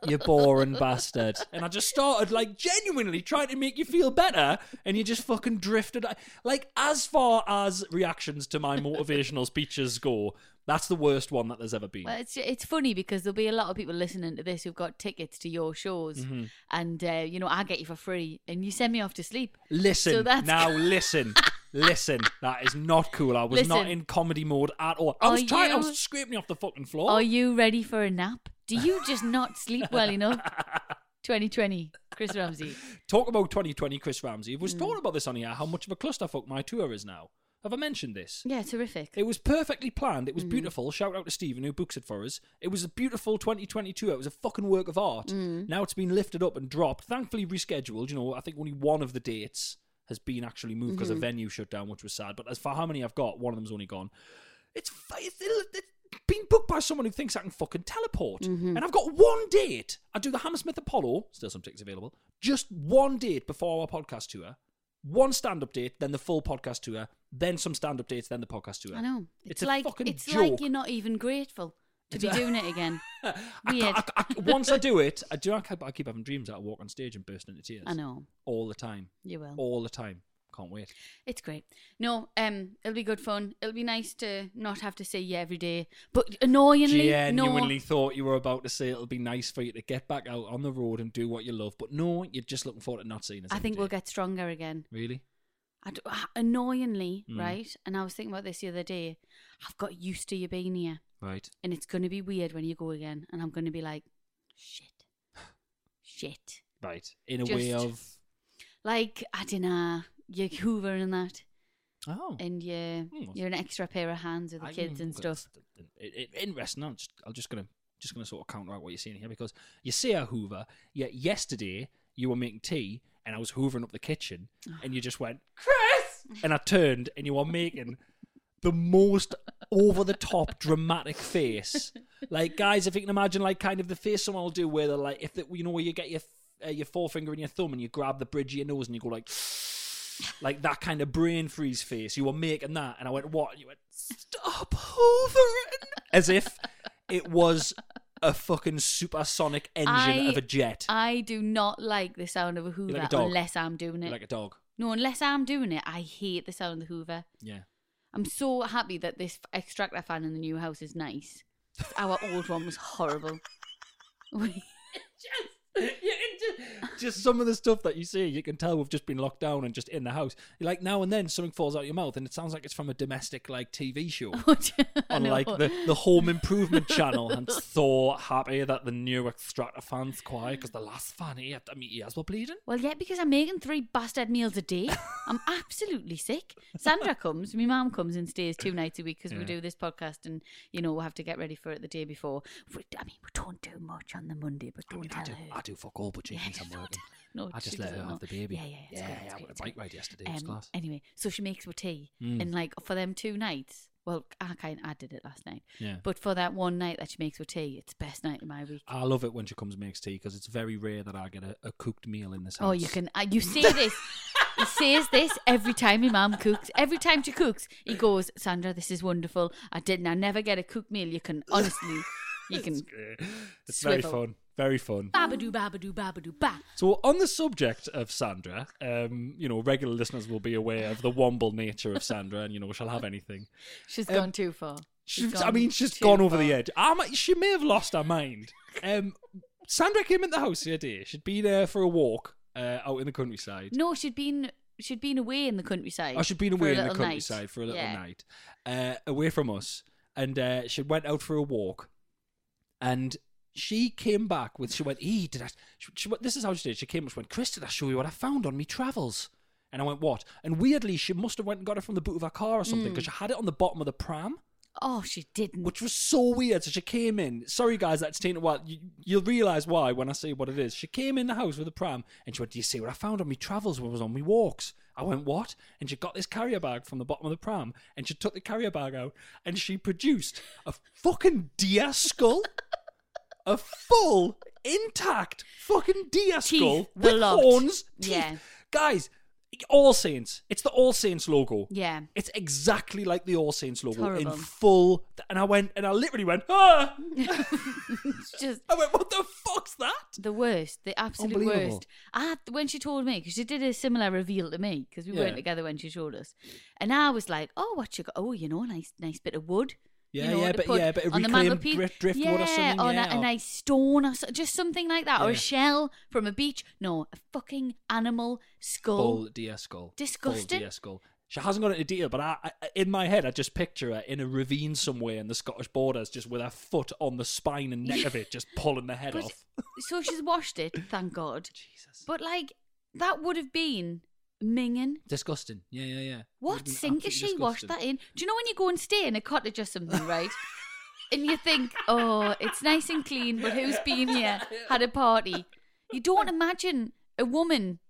[SPEAKER 3] you boring bastard? And I just started like genuinely trying to make you feel better, and you just fucking drifted. Like as far as reactions to my motivational speeches go, that's the worst one that there's ever been.
[SPEAKER 2] Well, it's it's funny because there'll be a lot of people listening to this who've got tickets to your shows,
[SPEAKER 3] Mm-hmm.
[SPEAKER 2] and uh, you know I get you for free, and you send me off to sleep.
[SPEAKER 3] Listen
[SPEAKER 2] So that's-
[SPEAKER 3] now, listen, listen. That is not cool. I was not
[SPEAKER 2] Listen.
[SPEAKER 3] in comedy mode at all. I
[SPEAKER 2] Are
[SPEAKER 3] was trying. I
[SPEAKER 2] you-
[SPEAKER 3] was scraping off the fucking floor.
[SPEAKER 2] Are you ready for a nap? Do you just not sleep well enough? 2020, Chris Ramsey.
[SPEAKER 3] Talk about 2020, Chris Ramsey. We've talking about this on here. How much of a clusterfuck my tour is now? Have I mentioned this?
[SPEAKER 2] Yeah, terrific.
[SPEAKER 3] It was perfectly planned. It was beautiful. Shout out to Stephen who books it for us. It was a beautiful 2022. It was a fucking work of art. Now it's been lifted up and dropped. Thankfully rescheduled. You know, I think only one of the dates has been actually moved because a venue shut down, which was sad. But as for how many I've got, one of them's only gone. It's, fi- it's, it's been booked by someone who thinks I can fucking teleport.
[SPEAKER 2] Mm-hmm.
[SPEAKER 3] And I've got one date. I do the Hammersmith Apollo. Still some tickets available. Just one date before our podcast tour. One stand-up date, then the full podcast tour, then some stand-up dates, then the podcast tour.
[SPEAKER 2] I know. It's,
[SPEAKER 3] It's a
[SPEAKER 2] like
[SPEAKER 3] fucking
[SPEAKER 2] it's
[SPEAKER 3] joke.
[SPEAKER 2] like you're not even grateful to be doing it again.
[SPEAKER 3] I
[SPEAKER 2] Weird.
[SPEAKER 3] can't- I- I- once I do it, I do. I keep, I keep having dreams that I walk on stage and burst into tears.
[SPEAKER 2] I know
[SPEAKER 3] all the time,
[SPEAKER 2] you will.
[SPEAKER 3] all the time. Can't wait.
[SPEAKER 2] It's great. No, um, it'll be good fun. It'll be nice to not have to say yeah every day. But annoyingly,
[SPEAKER 3] Genuinely
[SPEAKER 2] no.
[SPEAKER 3] thought you were about to say it'll be nice for you to get back out on the road and do what you love, but no, you're just looking forward to not seeing us.
[SPEAKER 2] I
[SPEAKER 3] every
[SPEAKER 2] think we'll
[SPEAKER 3] day.
[SPEAKER 2] get stronger again.
[SPEAKER 3] really.
[SPEAKER 2] I d- ah, annoyingly,
[SPEAKER 3] Mm.
[SPEAKER 2] right? And I was thinking about this the other day. I've got used to you being here,
[SPEAKER 3] Right.
[SPEAKER 2] and it's going to be weird when you go again. And I'm going to be like, shit, shit.
[SPEAKER 3] Right. In a way
[SPEAKER 2] Just-
[SPEAKER 3] of
[SPEAKER 2] Like I dunno, you're hoovering and that,
[SPEAKER 3] oh,
[SPEAKER 2] and you're
[SPEAKER 3] Hmm.
[SPEAKER 2] you're an extra pair of hands with the
[SPEAKER 3] I-
[SPEAKER 2] kids and
[SPEAKER 3] that's-
[SPEAKER 2] stuff.
[SPEAKER 3] It, it, interesting. I'm just, I'm just gonna just gonna sort of counter out what you're saying here because you say a Hoover, yet yesterday you were making tea and I was hoovering up the kitchen and you just went Chris, and I turned and you were making the most over the top dramatic face. Like guys, if you can imagine, like kind of the face someone will do where they're like, if the, you know where you get your uh, your forefinger and your thumb and you grab the bridge of your nose and you go like. Like that kind of brain freeze face. You were making that, and I went, What? And you went, Stop hovering! As if it was a fucking supersonic engine
[SPEAKER 2] I-
[SPEAKER 3] of a jet.
[SPEAKER 2] I do not like the sound of a hoover
[SPEAKER 3] a dog.
[SPEAKER 2] unless I'm doing it.
[SPEAKER 3] like a dog.
[SPEAKER 2] No, unless I'm doing it, I hate the sound of the Hoover.
[SPEAKER 3] Yeah.
[SPEAKER 2] I'm so happy that this extractor fan in the new house is nice. Our old one was horrible. We-
[SPEAKER 3] just some of the stuff that you see, you can tell we've just been locked down and just in the house. Like now and then, something falls out of your mouth, and it sounds like it's from a domestic like TV show
[SPEAKER 2] I
[SPEAKER 3] on
[SPEAKER 2] know.
[SPEAKER 3] like the, the Home Improvement channel. And so happy that the new Extractor fan's quiet because the last fan here, I mean, ears were bleeding.
[SPEAKER 2] Well, yeah, because I'm making three bastard meals a day. I'm absolutely sick. Sandra comes, my mum comes and stays two nights a week because we
[SPEAKER 3] Yeah.
[SPEAKER 2] do this podcast and, you know, we'll have to get ready for it the day before. We, I mean, we don't do much on the Monday, but
[SPEAKER 3] I,
[SPEAKER 2] don't
[SPEAKER 3] mean, I
[SPEAKER 2] tell
[SPEAKER 3] do,
[SPEAKER 2] her.
[SPEAKER 3] I do fuck all, but she thinks I'm working.
[SPEAKER 2] No,
[SPEAKER 3] I just
[SPEAKER 2] she
[SPEAKER 3] let her
[SPEAKER 2] doesn't
[SPEAKER 3] have the baby.
[SPEAKER 2] Yeah, yeah, it's
[SPEAKER 3] Yeah,
[SPEAKER 2] great,
[SPEAKER 3] I
[SPEAKER 2] it's
[SPEAKER 3] went
[SPEAKER 2] great,
[SPEAKER 3] on a
[SPEAKER 2] it's
[SPEAKER 3] bike
[SPEAKER 2] great. Um,
[SPEAKER 3] ride yesterday, it was class.
[SPEAKER 2] Anyway, so she makes with tea,
[SPEAKER 3] Mm.
[SPEAKER 2] and like for them two nights. Well, I kind I did it last night,
[SPEAKER 3] Yeah.
[SPEAKER 2] but for that one night that she makes with tea, it's the best night of my week.
[SPEAKER 3] I love it when she comes and makes tea because it's very rare that I get a, a cooked meal in this house.
[SPEAKER 2] Oh, you can uh, you say this. He says this every time my mum cooks. Every time she cooks, he goes, Sandra, this is wonderful. I didn't. I never get a cooked meal. You can honestly, you can.
[SPEAKER 3] It's very
[SPEAKER 2] swivel.
[SPEAKER 3] fun. Very fun.
[SPEAKER 2] Babadoo, babadoo, babadoo, ba.
[SPEAKER 3] So, on the subject of Sandra, um, you know, regular listeners will be aware of the womble nature of Sandra, and you know, she'll have anything.
[SPEAKER 2] She's
[SPEAKER 3] Um,
[SPEAKER 2] gone too far.
[SPEAKER 3] She's, I
[SPEAKER 2] gone
[SPEAKER 3] mean, she's
[SPEAKER 2] too
[SPEAKER 3] gone over the
[SPEAKER 2] far.
[SPEAKER 3] edge. I might, she may have lost her mind. Um, Sandra came in the house the other day. She'd been there for a walk uh, out in the countryside.
[SPEAKER 2] No, she'd been she'd been away in the countryside.
[SPEAKER 3] Oh, she'd
[SPEAKER 2] for
[SPEAKER 3] been
[SPEAKER 2] a
[SPEAKER 3] away in the
[SPEAKER 2] little night.
[SPEAKER 3] countryside for a little
[SPEAKER 2] Yeah.
[SPEAKER 3] night, uh, away from us, and uh, she went out for a walk, and she came back with she went, "E did I?" She, she, went- this is how she did. it. She came up, she went, "Chris, did I show you what I found on me travels?" And I went, "What?" And weirdly, she must have went and got it from the boot of her car or
[SPEAKER 2] Hmm.
[SPEAKER 3] something because she had it on the bottom of the pram,
[SPEAKER 2] Oh, she didn't.
[SPEAKER 3] which was so weird. So she came in. Sorry, guys, that's taken a while. You, you'll realise why when I say what it is. She came in the house with a pram and she went, Do you see what I found on me travels when I was on me walks? I went, What? And she got this carrier bag from the bottom of the pram and she took the carrier bag out and she produced a fucking deer skull. a full, intact fucking deer
[SPEAKER 2] Teeth,
[SPEAKER 3] skull
[SPEAKER 2] the
[SPEAKER 3] with
[SPEAKER 2] lot.
[SPEAKER 3] horns, teeth.
[SPEAKER 2] Yeah.
[SPEAKER 3] Guys, All Saints. It's the All Saints logo.
[SPEAKER 2] Yeah.
[SPEAKER 3] It's exactly like the All Saints logo in
[SPEAKER 2] horrible.
[SPEAKER 3] full. And I went, and I literally went, ah!
[SPEAKER 2] It's just
[SPEAKER 3] I went, what the fuck's that?
[SPEAKER 2] the worst, the absolute
[SPEAKER 3] Unbelievable.
[SPEAKER 2] worst. I had, when she told me, because she did a similar reveal to me, because we
[SPEAKER 3] Yeah.
[SPEAKER 2] weren't together when she showed us, and I was like, "Oh, what you got? Oh, you know, a nice, nice bit of wood." you
[SPEAKER 3] Yeah,
[SPEAKER 2] know,
[SPEAKER 3] yeah,
[SPEAKER 2] to
[SPEAKER 3] but-
[SPEAKER 2] put
[SPEAKER 3] yeah, but a
[SPEAKER 2] on the
[SPEAKER 3] reclaimed
[SPEAKER 2] mantelpiece."
[SPEAKER 3] drift- driftwood or something,
[SPEAKER 2] on
[SPEAKER 3] yeah,
[SPEAKER 2] a,
[SPEAKER 3] or-
[SPEAKER 2] a nice stone or so, just something like that, or
[SPEAKER 3] Yeah.
[SPEAKER 2] a shell from a beach. No, a fucking animal skull.
[SPEAKER 3] Full deer skull. Full
[SPEAKER 2] Disgusting.
[SPEAKER 3] deer skull. She hasn't got it in detail, but I, I, in my head, I just picture her in a ravine somewhere in the Scottish borders, just with her foot on the spine and neck of it, just pulling the head
[SPEAKER 2] But-
[SPEAKER 3] off.
[SPEAKER 2] so she's washed it, thank God. Jesus. But like that would have been minging.
[SPEAKER 3] Disgusting. Yeah, yeah, yeah.
[SPEAKER 2] What sink has she washed that in? Do you know when you go and stay in a cottage or something, right? and you think, oh, it's nice and clean, but who's been here, had a party? You don't imagine a woman,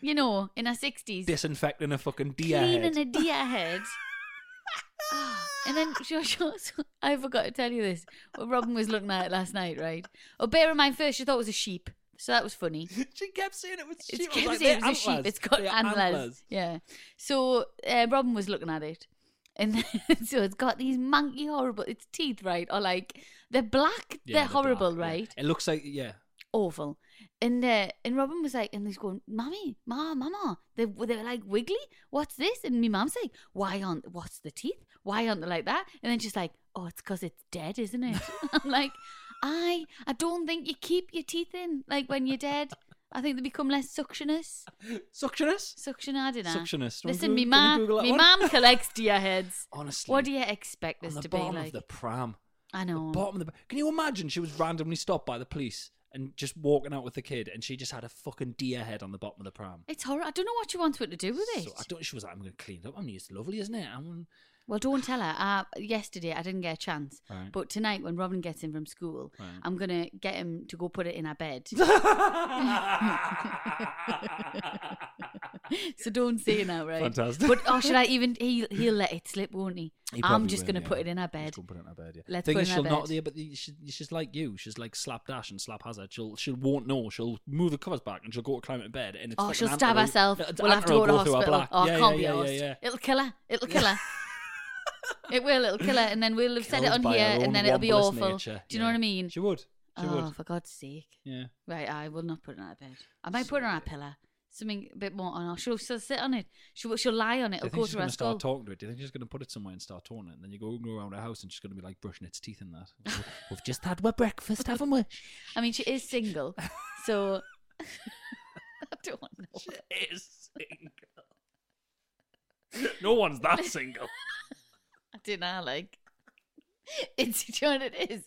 [SPEAKER 2] you know, in her 60s
[SPEAKER 3] Disinfecting a fucking deer
[SPEAKER 2] cleaning
[SPEAKER 3] head.
[SPEAKER 2] a deer head. Ah, and then she was- she also- I forgot to tell you this. Well, Robin was looking at it last night, right? Oh, bear in mind, first she thought it was a sheep. So that was funny.
[SPEAKER 3] She kept saying it was sheep.
[SPEAKER 2] It's
[SPEAKER 3] I was
[SPEAKER 2] kept
[SPEAKER 3] like,
[SPEAKER 2] saying
[SPEAKER 3] "They're
[SPEAKER 2] it's a sheep.
[SPEAKER 3] antlers.
[SPEAKER 2] It's got
[SPEAKER 3] They're
[SPEAKER 2] antlers. Yeah. So uh, Robin was looking at it, and then, so it's got these monkey horrible. Its teeth, right, or like they're black.
[SPEAKER 3] Yeah,
[SPEAKER 2] they're horrible,
[SPEAKER 3] black, yeah.
[SPEAKER 2] right?
[SPEAKER 3] It looks like yeah.
[SPEAKER 2] awful. And uh, and Robin was like, and he's going, "Mummy, ma, mama." They they were like, "Wiggly, what's this?" And me mum's like, "Why aren't what's the teeth? Why aren't they like that?" And then she's like, "Oh, it's because it's dead, isn't it?" I'm like, "I I don't think you keep your teeth in like when you're dead. I think they become less suctionous.
[SPEAKER 3] Suctionist?
[SPEAKER 2] Suction, I don't know.
[SPEAKER 3] Suctionist. Don't
[SPEAKER 2] Listen,
[SPEAKER 3] Goo-
[SPEAKER 2] me
[SPEAKER 3] don't
[SPEAKER 2] mum,
[SPEAKER 3] Google that
[SPEAKER 2] me
[SPEAKER 3] one.
[SPEAKER 2] mum collects deer heads.
[SPEAKER 3] Honestly.
[SPEAKER 2] what do you expect this
[SPEAKER 3] on the
[SPEAKER 2] to be
[SPEAKER 3] bottom
[SPEAKER 2] like?
[SPEAKER 3] of the pram.
[SPEAKER 2] I know.
[SPEAKER 3] Bottom of the. Can you imagine? She was randomly stopped by the police and just walking out with the kid, and she just had a fucking deer head on the bottom of the pram.
[SPEAKER 2] It's horrible. I don't know what you want her to do with it.
[SPEAKER 3] So I don't. She was like, "I'm going to clean it up. I mean, it's lovely, isn't it?" I'm,
[SPEAKER 2] Well, don't tell her. Uh, yesterday, I didn't get a chance.
[SPEAKER 3] Right.
[SPEAKER 2] But tonight, when Robin gets in from school,
[SPEAKER 3] Right.
[SPEAKER 2] I'm going to get him to go put it in her bed. so don't say now, right?
[SPEAKER 3] Fantastic.
[SPEAKER 2] But or should I even? He, he'll let it slip, won't he?
[SPEAKER 3] He
[SPEAKER 2] I'm
[SPEAKER 3] probably
[SPEAKER 2] just
[SPEAKER 3] will,
[SPEAKER 2] going to
[SPEAKER 3] yeah.
[SPEAKER 2] put it in her
[SPEAKER 3] He's
[SPEAKER 2] bed.
[SPEAKER 3] gonna put it in her bed. Yeah.
[SPEAKER 2] Let's
[SPEAKER 3] Thing
[SPEAKER 2] put
[SPEAKER 3] is,
[SPEAKER 2] it in
[SPEAKER 3] she'll
[SPEAKER 2] her
[SPEAKER 3] not
[SPEAKER 2] bed.
[SPEAKER 3] there, but the- she, she's like you. She's like slapdash and slap hazard. She'll she won't know. She'll move the covers back and she'll go to climb in bed. And it's
[SPEAKER 2] Oh,
[SPEAKER 3] like an
[SPEAKER 2] she'll stab herself.
[SPEAKER 3] antelope- an
[SPEAKER 2] We'll have to go to
[SPEAKER 3] antelope through
[SPEAKER 2] hospital.
[SPEAKER 3] her black.
[SPEAKER 2] Oh,
[SPEAKER 3] yeah,
[SPEAKER 2] I can't
[SPEAKER 3] yeah,
[SPEAKER 2] be
[SPEAKER 3] yeah,
[SPEAKER 2] arsed.
[SPEAKER 3] yeah,
[SPEAKER 2] It'll kill her. It'll kill her. it will. It'll kill her. And then we'll have said it
[SPEAKER 3] Killed
[SPEAKER 2] on
[SPEAKER 3] by
[SPEAKER 2] here,
[SPEAKER 3] her own
[SPEAKER 2] and then it'll be
[SPEAKER 3] wombless
[SPEAKER 2] awful.
[SPEAKER 3] nature.
[SPEAKER 2] Do you know
[SPEAKER 3] Yeah.
[SPEAKER 2] what I mean?
[SPEAKER 3] She would. She
[SPEAKER 2] oh,
[SPEAKER 3] would.
[SPEAKER 2] for God's sake.
[SPEAKER 3] Yeah.
[SPEAKER 2] Right, I will not put it on her bed. I might put it on a pillow. Something a bit more on her. She'll, she'll sit on it. She'll, she'll lie on it.
[SPEAKER 3] Do you
[SPEAKER 2] It'll
[SPEAKER 3] think
[SPEAKER 2] go
[SPEAKER 3] she's
[SPEAKER 2] through her
[SPEAKER 3] going to
[SPEAKER 2] skull.
[SPEAKER 3] start talking to it? Do you think she's going to put it somewhere and start talking it? And then you go, go around her house and she's going to be like brushing its teeth in that. We've just had our breakfast, haven't we?
[SPEAKER 2] I mean, she is single. so. I don't know.
[SPEAKER 3] is single. No one's that single.
[SPEAKER 2] I don't know. Like. It's, do you know what it is?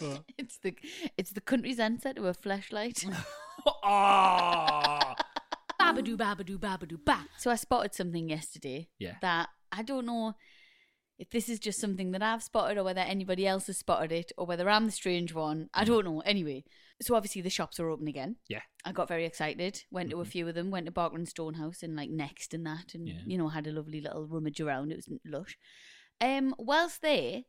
[SPEAKER 3] What?
[SPEAKER 2] It's the it's the country's answer to a flashlight.
[SPEAKER 3] Ah.
[SPEAKER 2] babadoo, babadoo, babadoo, ba. So I spotted something yesterday.
[SPEAKER 3] Yeah.
[SPEAKER 2] That I don't know if this is just something that I've spotted or whether anybody else has spotted it or whether I'm the strange one. I don't know. Anyway, so obviously the shops are open again.
[SPEAKER 3] Mm. Yeah. Mm-hmm.
[SPEAKER 2] I got very excited. Went to a few of them. Went to Barker and Stonehouse and like Next and that, and
[SPEAKER 3] Yeah.
[SPEAKER 2] you know had a lovely little rummage around. It was lush. Um, whilst there,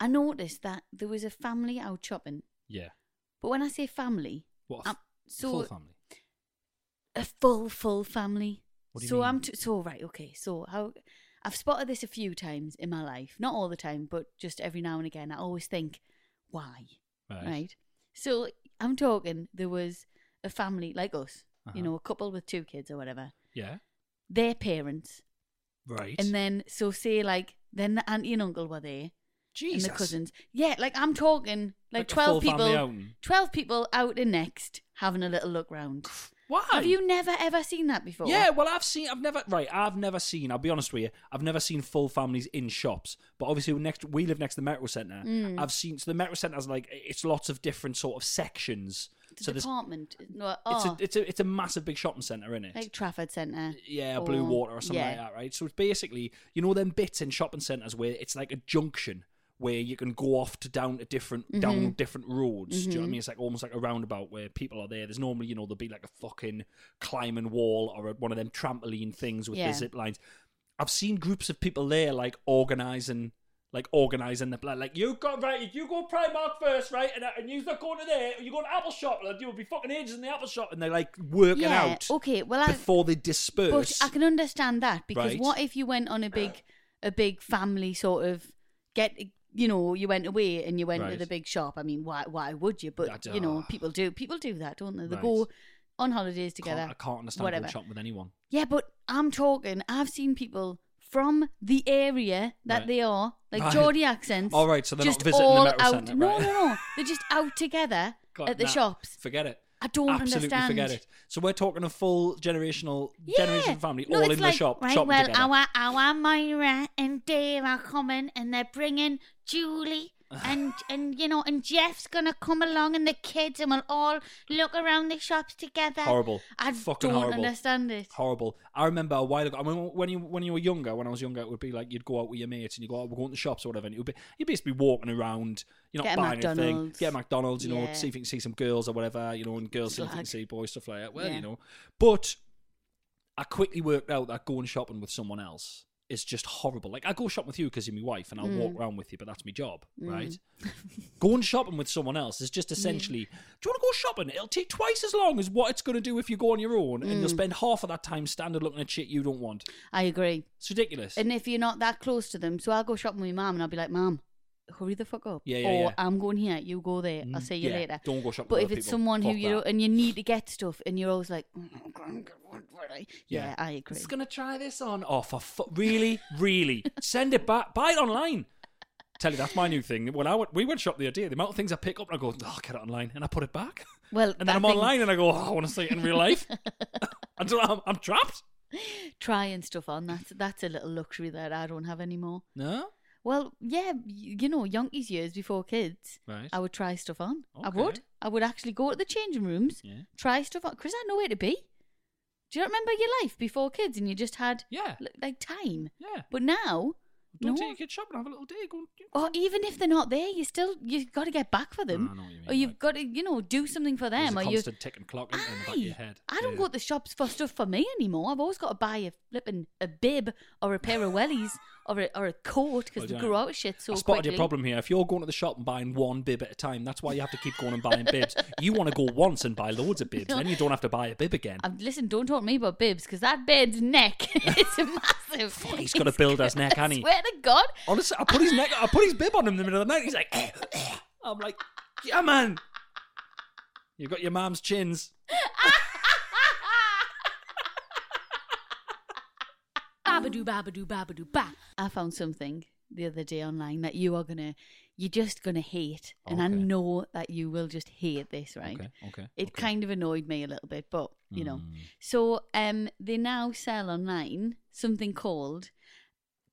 [SPEAKER 2] I noticed that there was a family out shopping.
[SPEAKER 3] Yeah.
[SPEAKER 2] But when I say family,
[SPEAKER 3] What? A
[SPEAKER 2] I'm-
[SPEAKER 3] f- full family.
[SPEAKER 2] a full full family.
[SPEAKER 3] What do you
[SPEAKER 2] so
[SPEAKER 3] mean?
[SPEAKER 2] I'm t- so right. Okay, so how I've spotted this a few times in my life, not all the time, but just every now and again. I always think, why? Right. So I'm talking. There was a family like us,
[SPEAKER 3] Uh-huh.
[SPEAKER 2] you know, a couple with two kids or whatever.
[SPEAKER 3] Yeah.
[SPEAKER 2] Their parents,
[SPEAKER 3] Right.
[SPEAKER 2] and then so say like then the auntie and uncle were there,
[SPEAKER 3] Jesus.
[SPEAKER 2] and the cousins. Yeah, like I'm talking like,
[SPEAKER 3] Like a full
[SPEAKER 2] twelve
[SPEAKER 3] family
[SPEAKER 2] people,
[SPEAKER 3] outing.
[SPEAKER 2] twelve people out in next having a little look round.
[SPEAKER 3] Why?
[SPEAKER 2] Have you never ever seen that before?
[SPEAKER 3] Yeah, well, I've seen. I've never. Right, I've never seen. I'll be honest with you. I've never seen full families in shops. But obviously, we next we live next to the metro centre.
[SPEAKER 2] Mm.
[SPEAKER 3] I've seen. So the metro centre has like it's lots of different sort of sections.
[SPEAKER 2] The
[SPEAKER 3] so there's
[SPEAKER 2] department. No,
[SPEAKER 3] it's
[SPEAKER 2] oh,
[SPEAKER 3] a it's a it's a massive big shopping centre in it.
[SPEAKER 2] like Trafford Centre.
[SPEAKER 3] yeah, Blue Water or something
[SPEAKER 2] yeah.
[SPEAKER 3] like that, right? So it's basically, you know, them bits in shopping centres where it's like a junction where you can go off to down a different
[SPEAKER 2] Mm-hmm.
[SPEAKER 3] down different roads. Do you know what I mean? It's like almost like a roundabout where people are there. There's normally, you know, there'll be like a fucking climbing wall or a, one of them trampoline things with
[SPEAKER 2] Yeah.
[SPEAKER 3] the zip lines. I've seen groups of people there like organising. Like organising the plan, like you go right, if you go Primark first, right, and, uh, and you go to there, you go to Apple Shop, and you'll be fucking ages in the Apple Shop, and they like working
[SPEAKER 2] yeah.
[SPEAKER 3] out
[SPEAKER 2] Okay. Well, I,
[SPEAKER 3] before they disperse.
[SPEAKER 2] but I can understand that because
[SPEAKER 3] Right.
[SPEAKER 2] what if you went on a big, a big family sort of get. You know, you went away and you went to
[SPEAKER 3] Right.
[SPEAKER 2] the big shop. I mean, why? Why would you? But
[SPEAKER 3] That-
[SPEAKER 2] you know,
[SPEAKER 3] ah.
[SPEAKER 2] people do. People do that, don't they? They
[SPEAKER 3] Right.
[SPEAKER 2] go on holidays
[SPEAKER 3] Can't-
[SPEAKER 2] together.
[SPEAKER 3] I can't understand
[SPEAKER 2] whatever.
[SPEAKER 3] whatever. shopping with anyone.
[SPEAKER 2] Yeah, but I'm talking. I've seen people from the area that
[SPEAKER 3] Right.
[SPEAKER 2] they are, like
[SPEAKER 3] Right.
[SPEAKER 2] Geordie accents.
[SPEAKER 3] All right, so they're not
[SPEAKER 2] just
[SPEAKER 3] visiting the
[SPEAKER 2] all
[SPEAKER 3] Metro
[SPEAKER 2] out.
[SPEAKER 3] Centre,
[SPEAKER 2] No,
[SPEAKER 3] right?
[SPEAKER 2] no, no. They're just out together
[SPEAKER 3] God,
[SPEAKER 2] at the
[SPEAKER 3] nah,
[SPEAKER 2] shops.
[SPEAKER 3] Forget it.
[SPEAKER 2] I don't
[SPEAKER 3] Absolutely
[SPEAKER 2] understand.
[SPEAKER 3] forget it. So we're talking a full generational
[SPEAKER 2] Yeah.
[SPEAKER 3] generation family
[SPEAKER 2] No,
[SPEAKER 3] all
[SPEAKER 2] it's
[SPEAKER 3] in
[SPEAKER 2] like,
[SPEAKER 3] the shop
[SPEAKER 2] Right,
[SPEAKER 3] shopping
[SPEAKER 2] well,
[SPEAKER 3] together.
[SPEAKER 2] our our Myra and Dave are coming, and they're bringing Julie. and and you know and Jeff's gonna come along and the kids and we'll all look around the shops together.
[SPEAKER 3] Horrible.
[SPEAKER 2] I
[SPEAKER 3] Fucking
[SPEAKER 2] don't
[SPEAKER 3] horrible.
[SPEAKER 2] understand it.
[SPEAKER 3] Horrible. I remember a while ago. I mean, when you when you were younger, when I was younger, it would be like you'd go out with your mates and you go, "Oh, we're going to shops or whatever." And it would be you'd basically be walking around. You're not
[SPEAKER 2] Get a
[SPEAKER 3] buying anything.
[SPEAKER 2] McDonald's.
[SPEAKER 3] Get a McDonald's. You
[SPEAKER 2] Yeah.
[SPEAKER 3] know, see if you can see some girls or whatever. You know, and girls see if you
[SPEAKER 2] Slag.
[SPEAKER 3] can see boys stuff like that. Well,
[SPEAKER 2] Yeah.
[SPEAKER 3] you know, but I quickly worked out that going shopping with someone else is just horrible. Like I go shopping with you because you're my wife, and I'll
[SPEAKER 2] Mm.
[SPEAKER 3] walk around with you, but that's my job, right? going shopping with someone else is just essentially, do you want to go shopping? It'll take twice as long as what it's going to do if you go on your own, and
[SPEAKER 2] Mm.
[SPEAKER 3] you'll spend half of that time standing looking at shit you don't want.
[SPEAKER 2] I agree.
[SPEAKER 3] It's ridiculous.
[SPEAKER 2] And if you're not that close to them, so I'll go shopping with my mum and I'll be like, Mum, hurry the fuck up.
[SPEAKER 3] Yeah, yeah,
[SPEAKER 2] or
[SPEAKER 3] yeah. Mm,
[SPEAKER 2] I'm going here, you go there. I'll see you
[SPEAKER 3] yeah,
[SPEAKER 2] later.
[SPEAKER 3] don't go shopping
[SPEAKER 2] But
[SPEAKER 3] with
[SPEAKER 2] if
[SPEAKER 3] other
[SPEAKER 2] it's
[SPEAKER 3] people.
[SPEAKER 2] someone who
[SPEAKER 3] Fuck
[SPEAKER 2] you know,
[SPEAKER 3] that.
[SPEAKER 2] and you need to get stuff, and you're always like, "Mm, I'm gonna get one, won't I?" yeah, I agree.
[SPEAKER 3] It's gonna try this on. Oh, for fu- really, really, send it back. Buy it online. Tell you that's my new thing. When I went, we went shop the idea. The amount of things I pick up and I go, oh, I'll get it online, and I put it back,
[SPEAKER 2] Well,
[SPEAKER 3] and
[SPEAKER 2] that
[SPEAKER 3] then I'm
[SPEAKER 2] thing-
[SPEAKER 3] online and I go, oh, I want to see it in real life. and so I'm, I'm trapped.
[SPEAKER 2] trying stuff on. That's that's a little luxury that I don't have anymore.
[SPEAKER 3] No,
[SPEAKER 2] Well, yeah, y- you know, Yonkie's years before kids,
[SPEAKER 3] right.
[SPEAKER 2] I would try stuff on. I
[SPEAKER 3] Okay.
[SPEAKER 2] would. I would actually go to the changing rooms,
[SPEAKER 3] Yeah.
[SPEAKER 2] try stuff on. Chris, I know where to be. Do you not remember your life before kids and you just had
[SPEAKER 3] yeah,
[SPEAKER 2] li- like time?
[SPEAKER 3] yeah.
[SPEAKER 2] But now, no.
[SPEAKER 3] Don't take your kid shopping. Have a little day. Go. and-
[SPEAKER 2] or even if they're not there, you still you've got to get back for them,
[SPEAKER 3] I know what you mean,
[SPEAKER 2] or you've
[SPEAKER 3] like-
[SPEAKER 2] got to you know do something for
[SPEAKER 3] There's
[SPEAKER 2] them,
[SPEAKER 3] a
[SPEAKER 2] or you.
[SPEAKER 3] constant ticking clock in, in the back of your
[SPEAKER 2] Aye,
[SPEAKER 3] head.
[SPEAKER 2] I don't
[SPEAKER 3] Yeah.
[SPEAKER 2] go to the shops for stuff for me anymore. I've always got to buy a flipping a bib or a pair of wellies or a, or a coat
[SPEAKER 3] Well,
[SPEAKER 2] because
[SPEAKER 3] do you
[SPEAKER 2] they
[SPEAKER 3] know-
[SPEAKER 2] grow out of shit so
[SPEAKER 3] I spotted
[SPEAKER 2] quickly.
[SPEAKER 3] your problem here. If you're going to the shop and buying one bib at a time, that's why you have to keep going and buying bibs. You want to go once and buy loads of bibs, then you don't have to buy a bib again.
[SPEAKER 2] Um, listen, don't talk to me about bibs because that bib's neck is massive.
[SPEAKER 3] Fuck, he's gotta build his neck, hasn't he?
[SPEAKER 2] I swear to God.
[SPEAKER 3] Honestly, I put his neck, I put his bib on him the middle of the night. He's like, "Eh, eh." I'm like, yeah, man. You've got your mom's chins.
[SPEAKER 2] Babadoo, babadoo, babadoo, ba. I found something the other day online that you are gonna, you're just gonna hate, and I
[SPEAKER 3] Okay.
[SPEAKER 2] know that you will just hate this, right?
[SPEAKER 3] Okay, okay. Hmm.
[SPEAKER 2] It kind of annoyed me a little bit, but you know. So um, they now sell online something called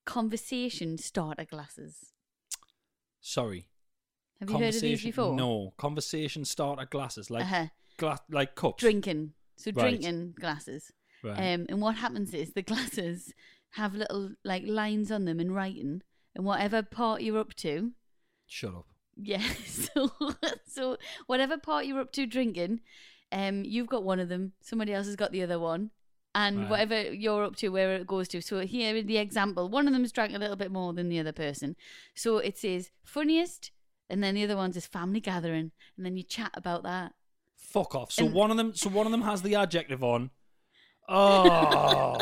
[SPEAKER 2] conversation starter glasses.
[SPEAKER 3] Sorry.
[SPEAKER 2] Have you heard of these
[SPEAKER 3] Conversation-
[SPEAKER 2] before?
[SPEAKER 3] No. Conversation starter glasses, like
[SPEAKER 2] Uh-huh.
[SPEAKER 3] gla- like cups.
[SPEAKER 2] Drinking. So
[SPEAKER 3] Right.
[SPEAKER 2] drinking glasses.
[SPEAKER 3] Right.
[SPEAKER 2] Um, and what happens is the glasses have little like lines on them in writing, and whatever part you're up to,
[SPEAKER 3] Shut up.
[SPEAKER 2] yeah. So, so whatever part you're up to drinking, um, you've got one of them. Somebody else has got the other one, and
[SPEAKER 3] Right.
[SPEAKER 2] whatever you're up to, where it goes to. So here in the example, one of them's drank a little bit more than the other person. So it says funniest, and then the other one's is family gathering, and then you chat about that.
[SPEAKER 3] Fuck off. So
[SPEAKER 2] And-
[SPEAKER 3] one of them. So one of them has the adjective on. Oh.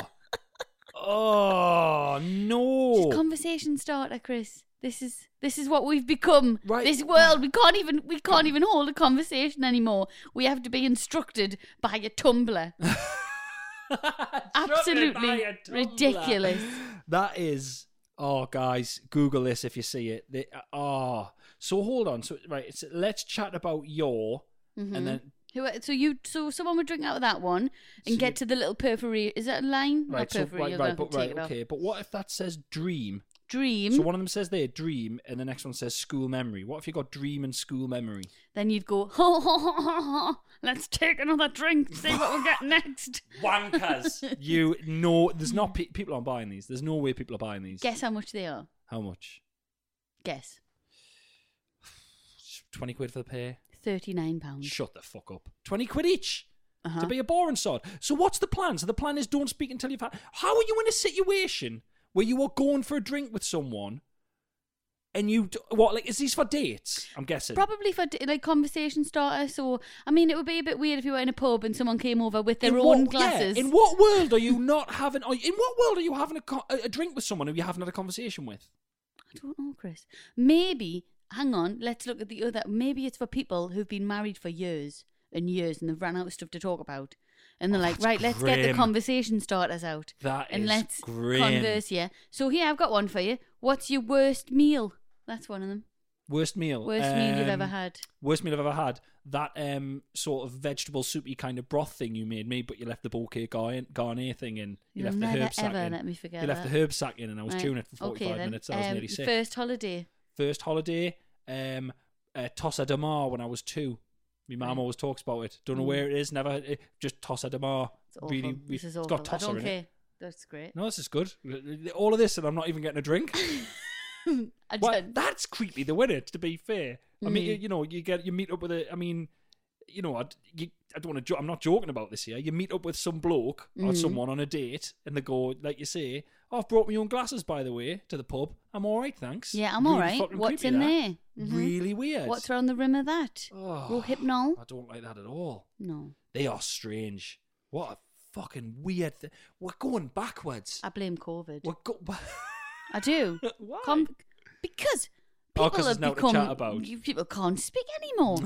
[SPEAKER 3] oh no.
[SPEAKER 2] Just conversation starter, Chris. This is this is what we've become.
[SPEAKER 3] Right.
[SPEAKER 2] This world, we can't even we can't even hold a conversation anymore. We have to be instructed by a tumbler. Absolutely ridiculous.
[SPEAKER 3] That is. Oh, guys, Google this if you see it. They, oh, so hold on. So right, it's, let's chat about your
[SPEAKER 2] Mm-hmm.
[SPEAKER 3] and then
[SPEAKER 2] Who? So you? So someone would drink out of that one and
[SPEAKER 3] So
[SPEAKER 2] get
[SPEAKER 3] you-
[SPEAKER 2] to the little perfory. Is that a line?
[SPEAKER 3] right,
[SPEAKER 2] Not
[SPEAKER 3] so,
[SPEAKER 2] perfory.
[SPEAKER 3] right,
[SPEAKER 2] you're
[SPEAKER 3] right,
[SPEAKER 2] gonna
[SPEAKER 3] but
[SPEAKER 2] take
[SPEAKER 3] right,
[SPEAKER 2] it off.
[SPEAKER 3] okay. But what if that says dream?
[SPEAKER 2] Dream.
[SPEAKER 3] So one of them says there dream, and the next one says school memory. What if you got dream and school memory?
[SPEAKER 2] then you'd go. Ho, ho, ho, ho, ho. Let's take another drink. to See what we get next.
[SPEAKER 3] Wankers, you know, there's not pe- people aren't buying these. There's no way people are buying these.
[SPEAKER 2] Guess how much they are.
[SPEAKER 3] How much?
[SPEAKER 2] Guess.
[SPEAKER 3] Twenty quid for the pair.
[SPEAKER 2] Thirty-nine pounds.
[SPEAKER 3] Shut the fuck up. Twenty quid each.
[SPEAKER 2] Mm. Uh-huh.
[SPEAKER 3] to be a boring sod. So what's the plan? So the plan is don't speak until you've had. How are you in a situation where you are going for a drink with someone, and you d- what like is these for dates? I'm guessing.
[SPEAKER 2] Probably for d- like conversation starter. So I mean, it would be a bit weird if you were in a pub and someone came over with their
[SPEAKER 3] In
[SPEAKER 2] own
[SPEAKER 3] what-
[SPEAKER 2] glasses.
[SPEAKER 3] Yeah, in what world are you not having? Are you, in what world are you having a, co- a a drink with someone who you haven't had a conversation with?
[SPEAKER 2] I don't know, Chris. Maybe. Hang on. Let's look at the other. Maybe it's for people who've been married for years and years and they've run out of stuff to talk about. And they're
[SPEAKER 3] Oh,
[SPEAKER 2] like,
[SPEAKER 3] that's
[SPEAKER 2] right, let's get the
[SPEAKER 3] grim.
[SPEAKER 2] conversation starters out.
[SPEAKER 3] That
[SPEAKER 2] and
[SPEAKER 3] is
[SPEAKER 2] let's
[SPEAKER 3] grim.
[SPEAKER 2] converse, yeah. So here, I've got one for you. What's your worst meal? That's one of them.
[SPEAKER 3] Worst meal.
[SPEAKER 2] Worst meal you've
[SPEAKER 3] um,
[SPEAKER 2] ever had.
[SPEAKER 3] Worst meal I've ever had. That um sort of vegetable soupy kind of broth thing you made me, but you left the bouquet garn- garnier thing in.
[SPEAKER 2] You'll
[SPEAKER 3] You left the
[SPEAKER 2] never,
[SPEAKER 3] herb sack
[SPEAKER 2] ever
[SPEAKER 3] in.
[SPEAKER 2] let me forget
[SPEAKER 3] You left
[SPEAKER 2] that.
[SPEAKER 3] the herb sack in, and I was
[SPEAKER 2] Right.
[SPEAKER 3] chewing it for
[SPEAKER 2] Okay,
[SPEAKER 3] forty-five
[SPEAKER 2] then.
[SPEAKER 3] minutes. I was
[SPEAKER 2] Um,
[SPEAKER 3] nearly
[SPEAKER 2] your
[SPEAKER 3] sick.
[SPEAKER 2] First holiday.
[SPEAKER 3] first holiday, um, uh, Tossa de Mar when I was two. My mum always talks about it. Don't know where it is. Never eh, just Tossa de Mar.
[SPEAKER 2] Mm. It's awful.
[SPEAKER 3] Really, re-
[SPEAKER 2] this is
[SPEAKER 3] it's
[SPEAKER 2] awful.
[SPEAKER 3] got
[SPEAKER 2] I
[SPEAKER 3] Tossa
[SPEAKER 2] don't
[SPEAKER 3] in
[SPEAKER 2] care.
[SPEAKER 3] it.
[SPEAKER 2] That's great.
[SPEAKER 3] No, this is good. All of this, and I'm not even getting a drink.
[SPEAKER 2] I Mm.
[SPEAKER 3] Well,
[SPEAKER 2] don't-
[SPEAKER 3] that's creepy, though, isn't it? To be fair, I mean, you, you know, you get you meet up with a. I mean, you know, I, you, I don't want to. Jo- I'm not joking about this here. You meet up with some bloke
[SPEAKER 2] Mm.
[SPEAKER 3] or someone on a date, and they go, like you say, oh, "I've brought my own glasses, by the way, to the pub. I'm all right, thanks."
[SPEAKER 2] Yeah, I'm
[SPEAKER 3] Really
[SPEAKER 2] all right.
[SPEAKER 3] fucking
[SPEAKER 2] What's
[SPEAKER 3] creepy,
[SPEAKER 2] in
[SPEAKER 3] that.
[SPEAKER 2] there? Mhm.
[SPEAKER 3] Really weird.
[SPEAKER 2] What's around the rim of that?
[SPEAKER 3] Oh,
[SPEAKER 2] Rohypnol?
[SPEAKER 3] I don't like that at all.
[SPEAKER 2] No,
[SPEAKER 3] They are strange. What a fucking weird thing. We're going backwards.
[SPEAKER 2] I blame COVID.
[SPEAKER 3] We're go-
[SPEAKER 2] I do.
[SPEAKER 3] Why?
[SPEAKER 2] Com- because
[SPEAKER 3] Oh,
[SPEAKER 2] People
[SPEAKER 3] 'cause
[SPEAKER 2] have
[SPEAKER 3] there's no to
[SPEAKER 2] become.
[SPEAKER 3] chat about.
[SPEAKER 2] You people can't speak anymore.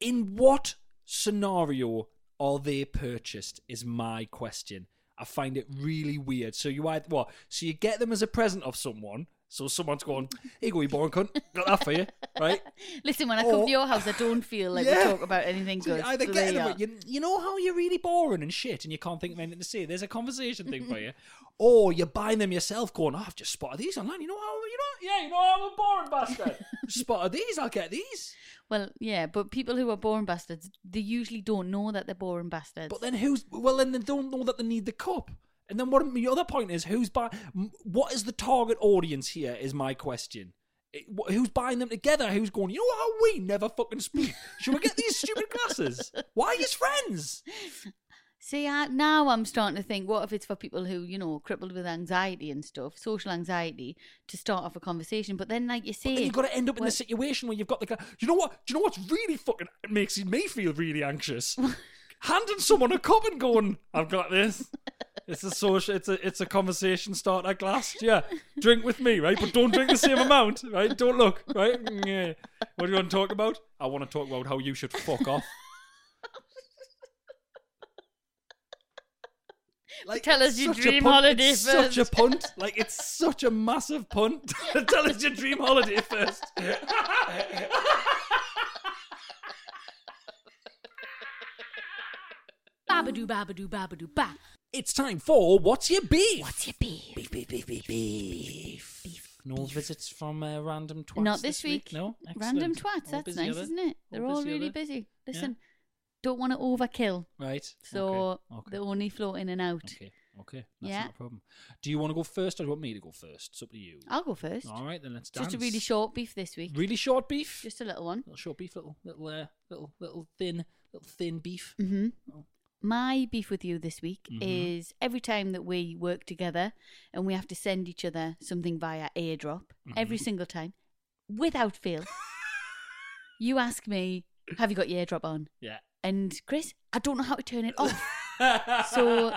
[SPEAKER 3] In what scenario are they purchased? Is my question. I find it really weird. So you either what? So you get them as a present of someone. So someone's going, "Here you go, you born cunt. Got that for you, right?"
[SPEAKER 2] Listen, when I come
[SPEAKER 3] Or-
[SPEAKER 2] to your house, I don't feel like
[SPEAKER 3] Yeah.
[SPEAKER 2] we talk about anything
[SPEAKER 3] So
[SPEAKER 2] good.
[SPEAKER 3] you either
[SPEAKER 2] So
[SPEAKER 3] get
[SPEAKER 2] there
[SPEAKER 3] them,
[SPEAKER 2] you
[SPEAKER 3] but you, you know how you're really boring and shit, and you can't think of anything to say. There's a conversation thing for you, or you're buying them yourself, going, oh, "I've just spotted these online. You know how? You know? Yeah, you know how I'm a boring bastard. spotted these. I'll get these."
[SPEAKER 2] are. Well, yeah, but people who are boring bastards, they usually don't know that they're boring bastards.
[SPEAKER 3] But then who's? Well, then they don't know that they need the cup. And then what? The other point is who's buy? m- What is the target audience here? Is my question. It- wh- Who's buying them together? Who's going? You know how we never fucking speak. Should we get these stupid glasses? Why are you friends?
[SPEAKER 2] See, I, now I'm starting to think, what if it's for people who, you know, crippled with anxiety and stuff, social anxiety, to start off a conversation? But then, like you say,
[SPEAKER 3] But then you've got to end up in
[SPEAKER 2] well-
[SPEAKER 3] the situation where you've got the guy. You know what? Do you know what's really fucking it makes me feel really anxious? Handing someone a cup and going, "I've got this." It's a social. It's a it's a conversation starter glass. Yeah, drink with me, right? But don't drink the same amount, right? Don't look, right? Yeah. What do you want to talk about? I want to talk about how you should fuck off. Like,
[SPEAKER 2] Tell us
[SPEAKER 3] it's
[SPEAKER 2] your
[SPEAKER 3] such a
[SPEAKER 2] dream
[SPEAKER 3] punt-
[SPEAKER 2] holiday
[SPEAKER 3] it's Such a
[SPEAKER 2] first.
[SPEAKER 3] punt. Like it's such a massive punt. Tell us your dream holiday first.
[SPEAKER 2] babadoo, babadoo, babadoo, ba.
[SPEAKER 3] It's time for what's your beef?
[SPEAKER 2] What's your beef?
[SPEAKER 3] beef? Beef, beef, beef, beef, beef. No visits from uh, random twats.
[SPEAKER 2] Not this week.
[SPEAKER 3] No.
[SPEAKER 2] Random
[SPEAKER 3] Excellent.
[SPEAKER 2] twats.
[SPEAKER 3] All
[SPEAKER 2] That's
[SPEAKER 3] busy
[SPEAKER 2] nice,
[SPEAKER 3] other-
[SPEAKER 2] isn't it? They're all
[SPEAKER 3] busy
[SPEAKER 2] really
[SPEAKER 3] other-
[SPEAKER 2] busy. Listen, don't want to overkill.
[SPEAKER 3] Right.
[SPEAKER 2] So
[SPEAKER 3] Okay. Okay.
[SPEAKER 2] they only float in and out.
[SPEAKER 3] okay. okay. That's
[SPEAKER 2] Yeah.
[SPEAKER 3] not a problem. Do you want to go first, or do you want me to go first? It's up to you.
[SPEAKER 2] I'll go first.
[SPEAKER 3] All right, then let's dance.
[SPEAKER 2] Just a really short beef this week.
[SPEAKER 3] Really short beef.
[SPEAKER 2] Just a little one.
[SPEAKER 3] little short beef, little little uh, little little thin little thin beef.
[SPEAKER 2] hmm My beef with you this week
[SPEAKER 3] Mhm.
[SPEAKER 2] is every time that we work together and we have to send each other something via airdrop,
[SPEAKER 3] Mm-hmm.
[SPEAKER 2] every single time, without fail, you ask me, Have you got your airdrop on?
[SPEAKER 3] Yeah.
[SPEAKER 2] And Chris, I don't know how to turn it off. So,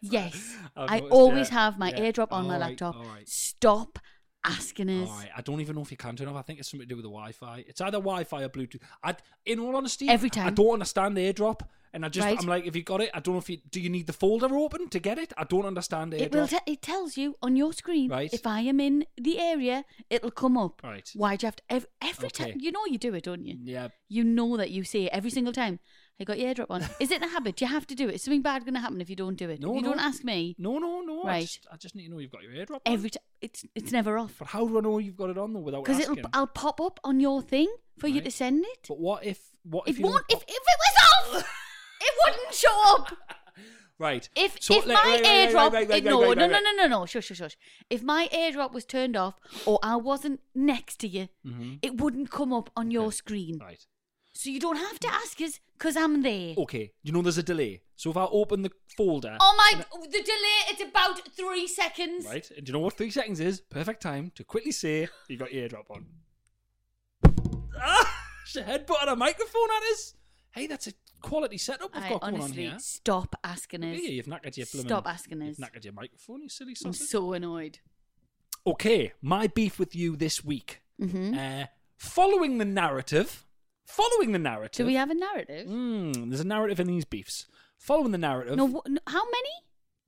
[SPEAKER 2] yes,
[SPEAKER 3] I've
[SPEAKER 2] I
[SPEAKER 3] noticed,
[SPEAKER 2] always
[SPEAKER 3] yeah,
[SPEAKER 2] have my
[SPEAKER 3] yeah.
[SPEAKER 2] airdrop on my
[SPEAKER 3] All right,
[SPEAKER 2] laptop.
[SPEAKER 3] all right.
[SPEAKER 2] Stop asking us.
[SPEAKER 3] All right, I don't even know if you can turn it off. I think it's something to do with the Wi-Fi. It's either Wi-Fi or Bluetooth. I, in all honesty,
[SPEAKER 2] Every
[SPEAKER 3] I
[SPEAKER 2] time.
[SPEAKER 3] don't understand AirDrop, and I just
[SPEAKER 2] Right.
[SPEAKER 3] I'm like, if you got it, I don't know if you do. You need the folder open to get it. I don't understand AirDrop.
[SPEAKER 2] It will. Te- it tells you on your screen.
[SPEAKER 3] Right.
[SPEAKER 2] If I am in the area, it'll come up.
[SPEAKER 3] Right.
[SPEAKER 2] Why do you have to every, every
[SPEAKER 3] Okay.
[SPEAKER 2] time? You know you do it, don't you?
[SPEAKER 3] yeah,
[SPEAKER 2] You know that you say it every single time. I got your airdrop on. Is it a habit? You have to do it. Is something bad going to happen if you don't do it?
[SPEAKER 3] no,
[SPEAKER 2] if you
[SPEAKER 3] no.
[SPEAKER 2] don't ask me
[SPEAKER 3] No, no, no. I
[SPEAKER 2] Right.
[SPEAKER 3] just, I just need to know you've got your AirDrop. on.
[SPEAKER 2] every time. It's it's never off
[SPEAKER 3] But how do I know you've got it on though without
[SPEAKER 2] because it'll
[SPEAKER 3] asking?
[SPEAKER 2] I'll pop up on your thing for you
[SPEAKER 3] Right.
[SPEAKER 2] to send it.
[SPEAKER 3] But what if what if
[SPEAKER 2] It
[SPEAKER 3] you don't
[SPEAKER 2] won't. If,
[SPEAKER 3] pop-
[SPEAKER 2] if it was off, it wouldn't show up.
[SPEAKER 3] right?
[SPEAKER 2] If
[SPEAKER 3] So,
[SPEAKER 2] if
[SPEAKER 3] like,
[SPEAKER 2] my
[SPEAKER 3] right, right, right,
[SPEAKER 2] airdrop
[SPEAKER 3] right, right,
[SPEAKER 2] no,
[SPEAKER 3] right,
[SPEAKER 2] no
[SPEAKER 3] right,
[SPEAKER 2] no
[SPEAKER 3] right.
[SPEAKER 2] no no no shush shush shush if my airdrop was turned off or I wasn't next to you it wouldn't come up on your
[SPEAKER 3] Mm-hmm. Okay.
[SPEAKER 2] screen
[SPEAKER 3] right. Oh,
[SPEAKER 2] so you don't have to ask us because I'm there
[SPEAKER 3] Okay, you know there's a delay. So if I open the folder,
[SPEAKER 2] oh my the delay it's about three seconds
[SPEAKER 3] right, and do you know what three seconds is? Perfect time to quickly say you got your airdrop on. Ah, she headbutted a microphone at us. Hey, that's a quality setup we've
[SPEAKER 2] I
[SPEAKER 3] got going on
[SPEAKER 2] honestly
[SPEAKER 3] here.
[SPEAKER 2] stop asking us
[SPEAKER 3] Hey, you've knackered your blooming-
[SPEAKER 2] Stop asking
[SPEAKER 3] You've
[SPEAKER 2] us.
[SPEAKER 3] knackered your microphone, you silly
[SPEAKER 2] I'm
[SPEAKER 3] sausage.
[SPEAKER 2] so annoyed
[SPEAKER 3] okay, my beef with you this week.
[SPEAKER 2] Mm-hmm. Hmm?
[SPEAKER 3] Uh, following the narrative, following the narrative.
[SPEAKER 2] do we have a narrative
[SPEAKER 3] Mm, there's a narrative in these beefs. Following the narrative.
[SPEAKER 2] no, wh- no how many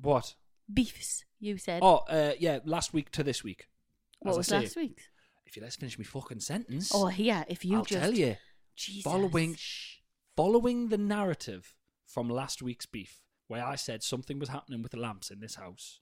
[SPEAKER 3] what?
[SPEAKER 2] beefs you said
[SPEAKER 3] Oh, uh, yeah, last week to this week.
[SPEAKER 2] what
[SPEAKER 3] as I
[SPEAKER 2] was
[SPEAKER 3] say,
[SPEAKER 2] last week's
[SPEAKER 3] If you let's finish me fucking sentence,
[SPEAKER 2] oh yeah if you
[SPEAKER 3] I'll
[SPEAKER 2] just
[SPEAKER 3] tell you.
[SPEAKER 2] Jesus.
[SPEAKER 3] Following, shh, following the narrative from last week's beef, where I said something was happening with the lamps in this house.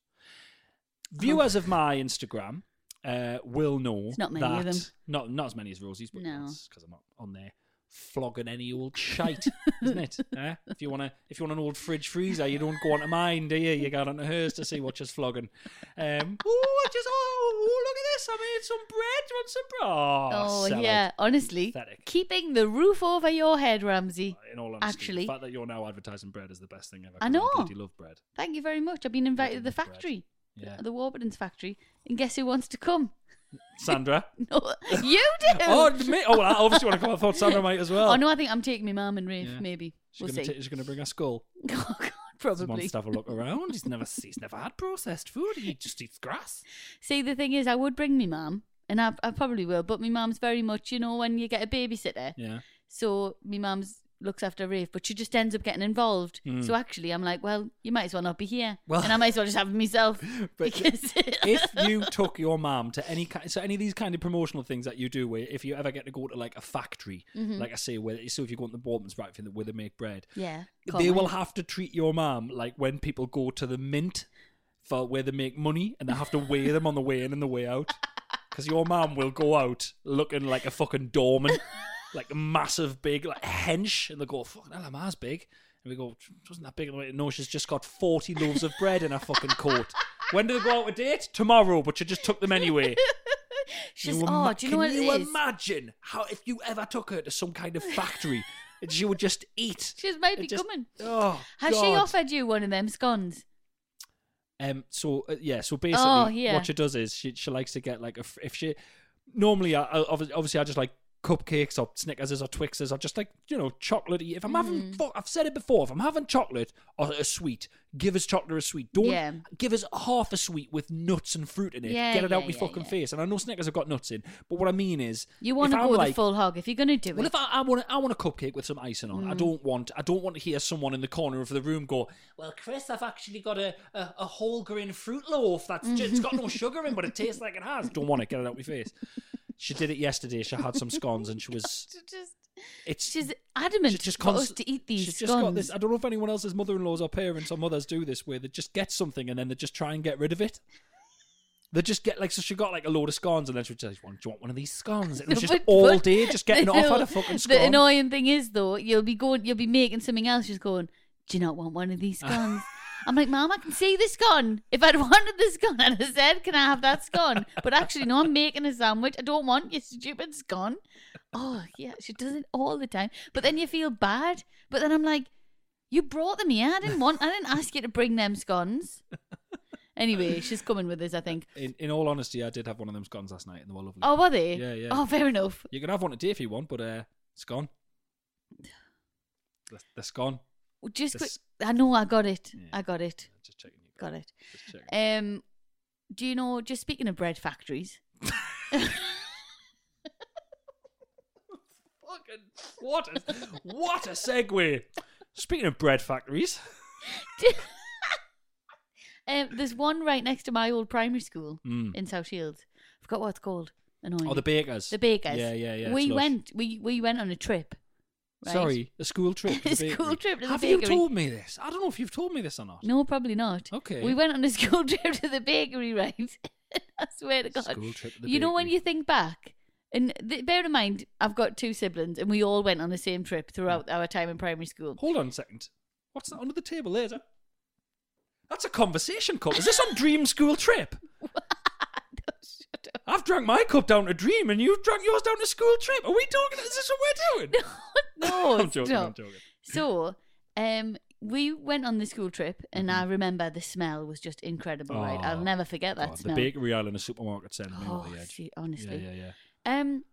[SPEAKER 3] Viewers of my Instagram uh, will know
[SPEAKER 2] It's not many of
[SPEAKER 3] that-
[SPEAKER 2] them.
[SPEAKER 3] Not not as many as Rosie's, but
[SPEAKER 2] No.
[SPEAKER 3] because I'm not on there flogging any old shite, isn't it? Eh? If you want to, if you want an old fridge freezer, you don't go onto mine, do you? You go onto hers to see what she's flogging. Um, oh, I just oh, oh, look at this! I made some bread. Do you want some bread? Oh,
[SPEAKER 2] Oh,
[SPEAKER 3] sellout.
[SPEAKER 2] yeah, honestly,
[SPEAKER 3] Pathetic.
[SPEAKER 2] keeping the roof over your head, Ramsey.
[SPEAKER 3] In all honesty,
[SPEAKER 2] Actually-
[SPEAKER 3] the fact that you're now advertising bread is the best thing ever.
[SPEAKER 2] I
[SPEAKER 3] 'cause
[SPEAKER 2] know.
[SPEAKER 3] bloody love bread.
[SPEAKER 2] Thank you very much. I've been invited to the
[SPEAKER 3] Bloody love bread.
[SPEAKER 2] factory,
[SPEAKER 3] Yeah,
[SPEAKER 2] the Warburton's factory, and guess who wants to come?
[SPEAKER 3] Sandra.
[SPEAKER 2] No, you do.
[SPEAKER 3] oh, me. Oh, well, I obviously want to come. I thought Sandra might as well.
[SPEAKER 2] Oh, no, I think I'm taking my mum and Rafe.
[SPEAKER 3] Yeah.
[SPEAKER 2] Maybe
[SPEAKER 3] She's
[SPEAKER 2] we'll
[SPEAKER 3] gonna
[SPEAKER 2] see.
[SPEAKER 3] ta- she's going to bring a skull.
[SPEAKER 2] oh God,
[SPEAKER 3] Just
[SPEAKER 2] probably.
[SPEAKER 3] wants to have a look around. He's never he's never had processed food. He just eats grass.
[SPEAKER 2] See, the thing is, I would bring me mum, and I, I probably will, but my mum's very much, you know, when you get a babysitter.
[SPEAKER 3] Yeah.
[SPEAKER 2] So my mum's looks after Rafe, but she just ends up getting involved. So actually, I'm like, well, you might as well not be here,
[SPEAKER 3] Hmm. Well-
[SPEAKER 2] and I might as well just have it myself
[SPEAKER 3] But
[SPEAKER 2] because
[SPEAKER 3] if you took your mum to any kind, so any of these kind of promotional things that you do, where if you ever get to go to like a factory,
[SPEAKER 2] Mm-hmm.
[SPEAKER 3] like I say, where so if you go on the Borman's right, where they make bread,
[SPEAKER 2] yeah,
[SPEAKER 3] they
[SPEAKER 2] can't
[SPEAKER 3] will
[SPEAKER 2] wait.
[SPEAKER 3] have to treat your mum like when people go to the mint for where they make money, and they have to weigh them on the way in and the way out, because your mum will go out looking like a fucking doorman, like a massive big like hench, and they go, "Fucking hell, am as big?" And we go, "Wasn't that big?" And no, she's just got forty loaves of bread in her fucking coat. When do they go out a date? Tomorrow, but you just took them anyway.
[SPEAKER 2] She's,
[SPEAKER 3] Can
[SPEAKER 2] oh,
[SPEAKER 3] ima-
[SPEAKER 2] do you know what
[SPEAKER 3] Can
[SPEAKER 2] it
[SPEAKER 3] you
[SPEAKER 2] is?
[SPEAKER 3] imagine how if you ever took her to some kind of factory, and she would just eat?
[SPEAKER 2] She's maybe
[SPEAKER 3] It just-
[SPEAKER 2] coming.
[SPEAKER 3] Oh,
[SPEAKER 2] Has she
[SPEAKER 3] God.
[SPEAKER 2] offered you one of them scones?
[SPEAKER 3] Um. So uh, yeah. So basically,
[SPEAKER 2] Oh, yeah.
[SPEAKER 3] what she does is she she likes to get like a fr- if she normally I, I obvi- obviously I just like cupcakes or Snickers or Twixes or just like you know chocolatey. If I'm having
[SPEAKER 2] Mm.
[SPEAKER 3] fuck, I've said it before. If I'm having chocolate or a sweet, give us chocolate or a sweet. Don't
[SPEAKER 2] Yeah.
[SPEAKER 3] give us half a sweet with nuts and fruit in it.
[SPEAKER 2] Yeah,
[SPEAKER 3] get it out
[SPEAKER 2] yeah,
[SPEAKER 3] my
[SPEAKER 2] yeah,
[SPEAKER 3] fucking
[SPEAKER 2] yeah.
[SPEAKER 3] face. And I know Snickers have got nuts in, but what I mean is
[SPEAKER 2] You want to
[SPEAKER 3] if I'm
[SPEAKER 2] go the
[SPEAKER 3] like,
[SPEAKER 2] full hog if you're going to do
[SPEAKER 3] well,
[SPEAKER 2] it.
[SPEAKER 3] if I, I want, a, I want a cupcake with some icing on. I
[SPEAKER 2] Mm.
[SPEAKER 3] don't want, I don't want to hear someone in the corner of the room go, "Well, Chris, I've actually got a a, a whole grain fruit loaf that's just, it's got
[SPEAKER 2] Mm.
[SPEAKER 3] no sugar in, but it tastes like it has." Don't want it. Get it out of my face. She did it yesterday. She had some scones, and she was,
[SPEAKER 2] just,
[SPEAKER 3] it's
[SPEAKER 2] she's adamant
[SPEAKER 3] she's just
[SPEAKER 2] for us
[SPEAKER 3] const-
[SPEAKER 2] to eat these
[SPEAKER 3] She's
[SPEAKER 2] scones.
[SPEAKER 3] just got this. I don't know if anyone else's mother-in-laws or parents or mothers do this, where they just get something and then they just try and get rid of it. They just get like so. She got like a load of scones, and then she would say, "Do you want one of these scones?" And it was just
[SPEAKER 2] But-
[SPEAKER 3] all
[SPEAKER 2] but
[SPEAKER 3] day just getting
[SPEAKER 2] the-
[SPEAKER 3] off on a fucking scone.
[SPEAKER 2] The annoying thing is though, you'll be going, you'll be making something else, just going, do you not want one of these scones? I'm like, Mom, I can see the scone. If I'd wanted the scone, I'd have said, Can I have that scone? But actually, no, I'm making a sandwich. I don't want your stupid scone. Oh, yeah, she does it all the time. But then you feel bad. But then I'm like, You brought them here. I didn't want, I didn't ask you to bring them scones. Anyway, she's coming with us, I think.
[SPEAKER 3] In, in all honesty, I did have one of them scones last night, and they were lovely.
[SPEAKER 2] Oh, were they?
[SPEAKER 3] Yeah, yeah.
[SPEAKER 2] Oh, fair enough.
[SPEAKER 3] You can have one today if you want, but uh, it's gone. They're, they're gone.
[SPEAKER 2] Just quick.
[SPEAKER 3] This-
[SPEAKER 2] I know I got it.
[SPEAKER 3] Yeah.
[SPEAKER 2] I got it.
[SPEAKER 3] Just checking you.
[SPEAKER 2] Got it.
[SPEAKER 3] Just checking.
[SPEAKER 2] Um, do you know? Just speaking of bread factories,
[SPEAKER 3] Fucking what? A, what a segue. Speaking of bread factories,
[SPEAKER 2] um, there's one right next to my old primary school
[SPEAKER 3] Mm.
[SPEAKER 2] in South Shields. I forgot what it's called. Annoying.
[SPEAKER 3] oh the bakers,
[SPEAKER 2] the bakers.
[SPEAKER 3] Yeah, yeah, yeah.
[SPEAKER 2] We
[SPEAKER 3] it's lush.
[SPEAKER 2] went. We we went on a trip. Right?
[SPEAKER 3] Sorry, a school trip. To
[SPEAKER 2] A
[SPEAKER 3] the
[SPEAKER 2] school
[SPEAKER 3] bakery.
[SPEAKER 2] trip to the
[SPEAKER 3] Have you
[SPEAKER 2] bakery.
[SPEAKER 3] told me this? I don't know if you've told me this or not.
[SPEAKER 2] No, probably not.
[SPEAKER 3] Okay.
[SPEAKER 2] We went on a school trip to the bakery, right? I swear to God.
[SPEAKER 3] School trip to the
[SPEAKER 2] you know when
[SPEAKER 3] bakery.
[SPEAKER 2] you think back, and th- bear in mind, I've got two siblings, and we all went on the same trip
[SPEAKER 3] Mm.
[SPEAKER 2] throughout our time in primary school.
[SPEAKER 3] Hold on a second. What's that under the table there? Is that- That's a conversation cup. Is this on Dream School Trip? I've drunk my cup down to Dream and you've drunk yours down to School Trip. Are we talking? Is this what we're doing?
[SPEAKER 2] no,
[SPEAKER 3] I'm joking. I'm
[SPEAKER 2] stop.
[SPEAKER 3] joking.
[SPEAKER 2] So, um, we went on the school trip, and I remember the smell was just incredible. right, I'll
[SPEAKER 3] Mm-hmm. Oh,
[SPEAKER 2] never forget that
[SPEAKER 3] God, the
[SPEAKER 2] smell.
[SPEAKER 3] bakery aisle in a supermarket sent me
[SPEAKER 2] oh,
[SPEAKER 3] over the edge.
[SPEAKER 2] see, honestly.
[SPEAKER 3] Yeah, yeah, yeah.
[SPEAKER 2] Um,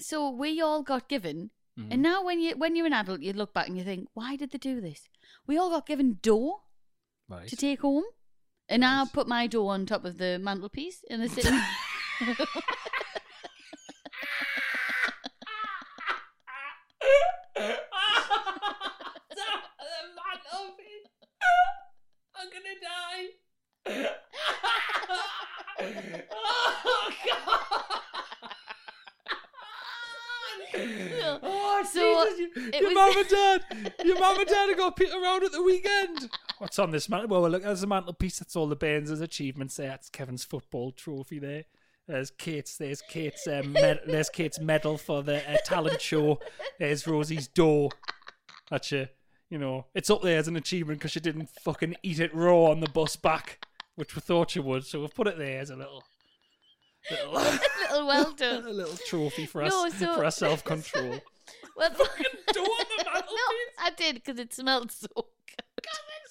[SPEAKER 2] so we all got given,
[SPEAKER 3] Mm-hmm.
[SPEAKER 2] and now when you when you're an adult, you look back and you think, why did they do this? We all got given dough
[SPEAKER 3] Right.
[SPEAKER 2] to take home, and I
[SPEAKER 3] Nice.
[SPEAKER 2] put my dough on top of the mantelpiece in the sitting.
[SPEAKER 3] I'm gonna die. oh God! Oh,
[SPEAKER 2] So, uh,
[SPEAKER 3] Jesus, you-
[SPEAKER 2] it
[SPEAKER 3] your
[SPEAKER 2] was-
[SPEAKER 3] mum and dad, your mum and dad have got Peter around at the weekend. What's on this mantel? Well, look, there's a mantelpiece. That's all the Baines' achievements there. That's Kevin's football trophy there. There's Kate's. There's Kate's. Um, med- there's Kate's medal for the uh, talent show. There's Rosie's door. That's your, you know, it's up there as an achievement because she didn't fucking eat it raw on the bus back, which we thought she would. So we've put it there as a little, little,
[SPEAKER 2] Little well
[SPEAKER 3] a
[SPEAKER 2] done.
[SPEAKER 3] little trophy for us
[SPEAKER 2] No, so-
[SPEAKER 3] for our self control.
[SPEAKER 2] Well,
[SPEAKER 3] Door on the
[SPEAKER 2] no,
[SPEAKER 3] mantelpiece.
[SPEAKER 2] I did because it smelled so good. God, it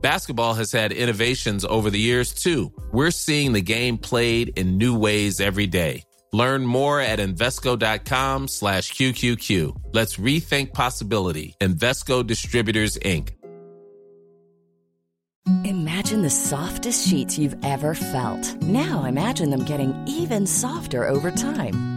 [SPEAKER 4] Basketball has had innovations over the years, too. We're seeing the game played in new ways every day. Learn more at Invesco.com slash QQQ. Let's rethink possibility. Invesco Distributors, Inc.
[SPEAKER 5] Imagine the softest sheets you've ever felt. Now imagine them getting even softer over time.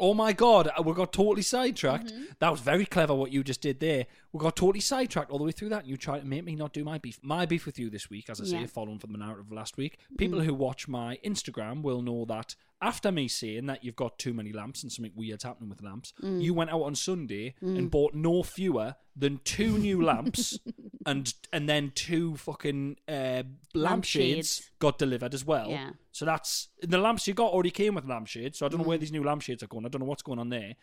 [SPEAKER 3] Oh my god, uh, we got totally sidetracked. That was very clever what you just did there. We got totally sidetracked all the way through that, and you tried to make me not do my beef. My beef with you this week, as I
[SPEAKER 2] Yeah.
[SPEAKER 3] say, following from the narrative of last week. People who watch my Instagram will know that after me saying that you've got too many lamps and something weird's happening with lamps, you went out on Sunday and bought no fewer than two new lamps and and then two fucking uh, lampshades
[SPEAKER 2] Lampshades.
[SPEAKER 3] got delivered as well.
[SPEAKER 2] Yeah.
[SPEAKER 3] So that's the lamps you got already came with lampshades. So I don't know where these new lampshades are going. I don't know what's going on there.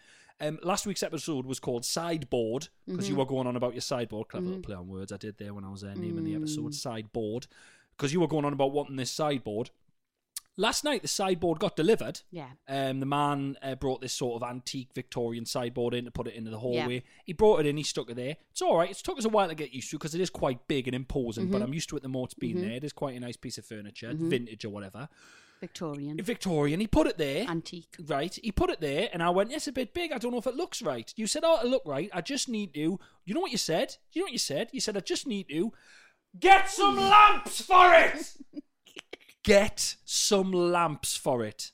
[SPEAKER 3] Um, last week's episode was called Sideboard because you were going on about your sideboard. Clever little play on words I did there when I was there naming the episode Sideboard because you were going on about wanting this sideboard. Last night the sideboard got delivered.
[SPEAKER 2] Yeah.
[SPEAKER 3] Um, the man uh, brought this sort of antique Victorian sideboard in to put it into the
[SPEAKER 2] Yeah.
[SPEAKER 3] hallway. He brought it in, he stuck it there. It's all right. It's took us a while to get used to because it is quite big and imposing, but I'm used to it the more it's been there. It is quite a nice piece of furniture, vintage or whatever.
[SPEAKER 2] Victorian.
[SPEAKER 3] Victorian, he put it there.
[SPEAKER 2] Antique.
[SPEAKER 3] Right, he put it there, and I went, "It's a bit big. I don't know if it looks right." You said, "Oh, it look right. I just need to." You know what you said? You know what you said? You said, "I just need to get some lamps for it." get some lamps for it.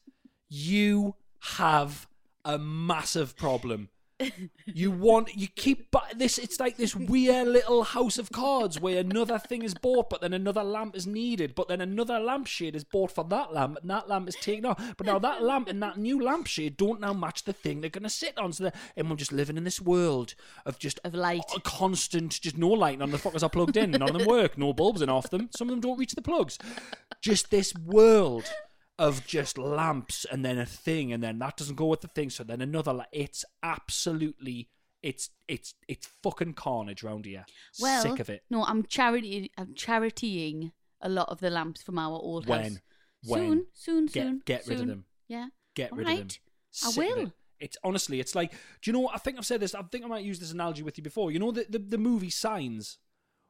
[SPEAKER 3] You have a massive problem. You want you keep bu- this. It's like this weird little house of cards where another thing is bought, but then another lamp is needed, but then another lampshade is bought for that lamp, and that lamp is taken off. But now that lamp and that new lampshade don't now match the thing they're going to sit on. So, they're- and we're just living in this world of just
[SPEAKER 2] Of light.
[SPEAKER 3] a constant, just no light. None of the fuckers are plugged in. None of them work. No bulbs in half them. Some of them don't reach the plugs. Just this world of just lamps and then a thing and then that doesn't go with the thing. So then another. Like, it's absolutely. It's it's it's fucking carnage round here.
[SPEAKER 2] Well,
[SPEAKER 3] Sick of it.
[SPEAKER 2] No, I'm charity. I'm charitying a lot of the lamps from our old house.
[SPEAKER 3] When? When?
[SPEAKER 2] Soon, soon,
[SPEAKER 3] Get-
[SPEAKER 2] soon.
[SPEAKER 3] get rid of
[SPEAKER 2] soon.
[SPEAKER 3] them.
[SPEAKER 2] Yeah.
[SPEAKER 3] Get
[SPEAKER 2] All
[SPEAKER 3] rid of them.
[SPEAKER 2] right. I
[SPEAKER 3] Sick of
[SPEAKER 2] will.
[SPEAKER 3] it. It's honestly, it's like, do you know what? I think I've said this. I think I might use this analogy with you before. You know the the, the movie Signs,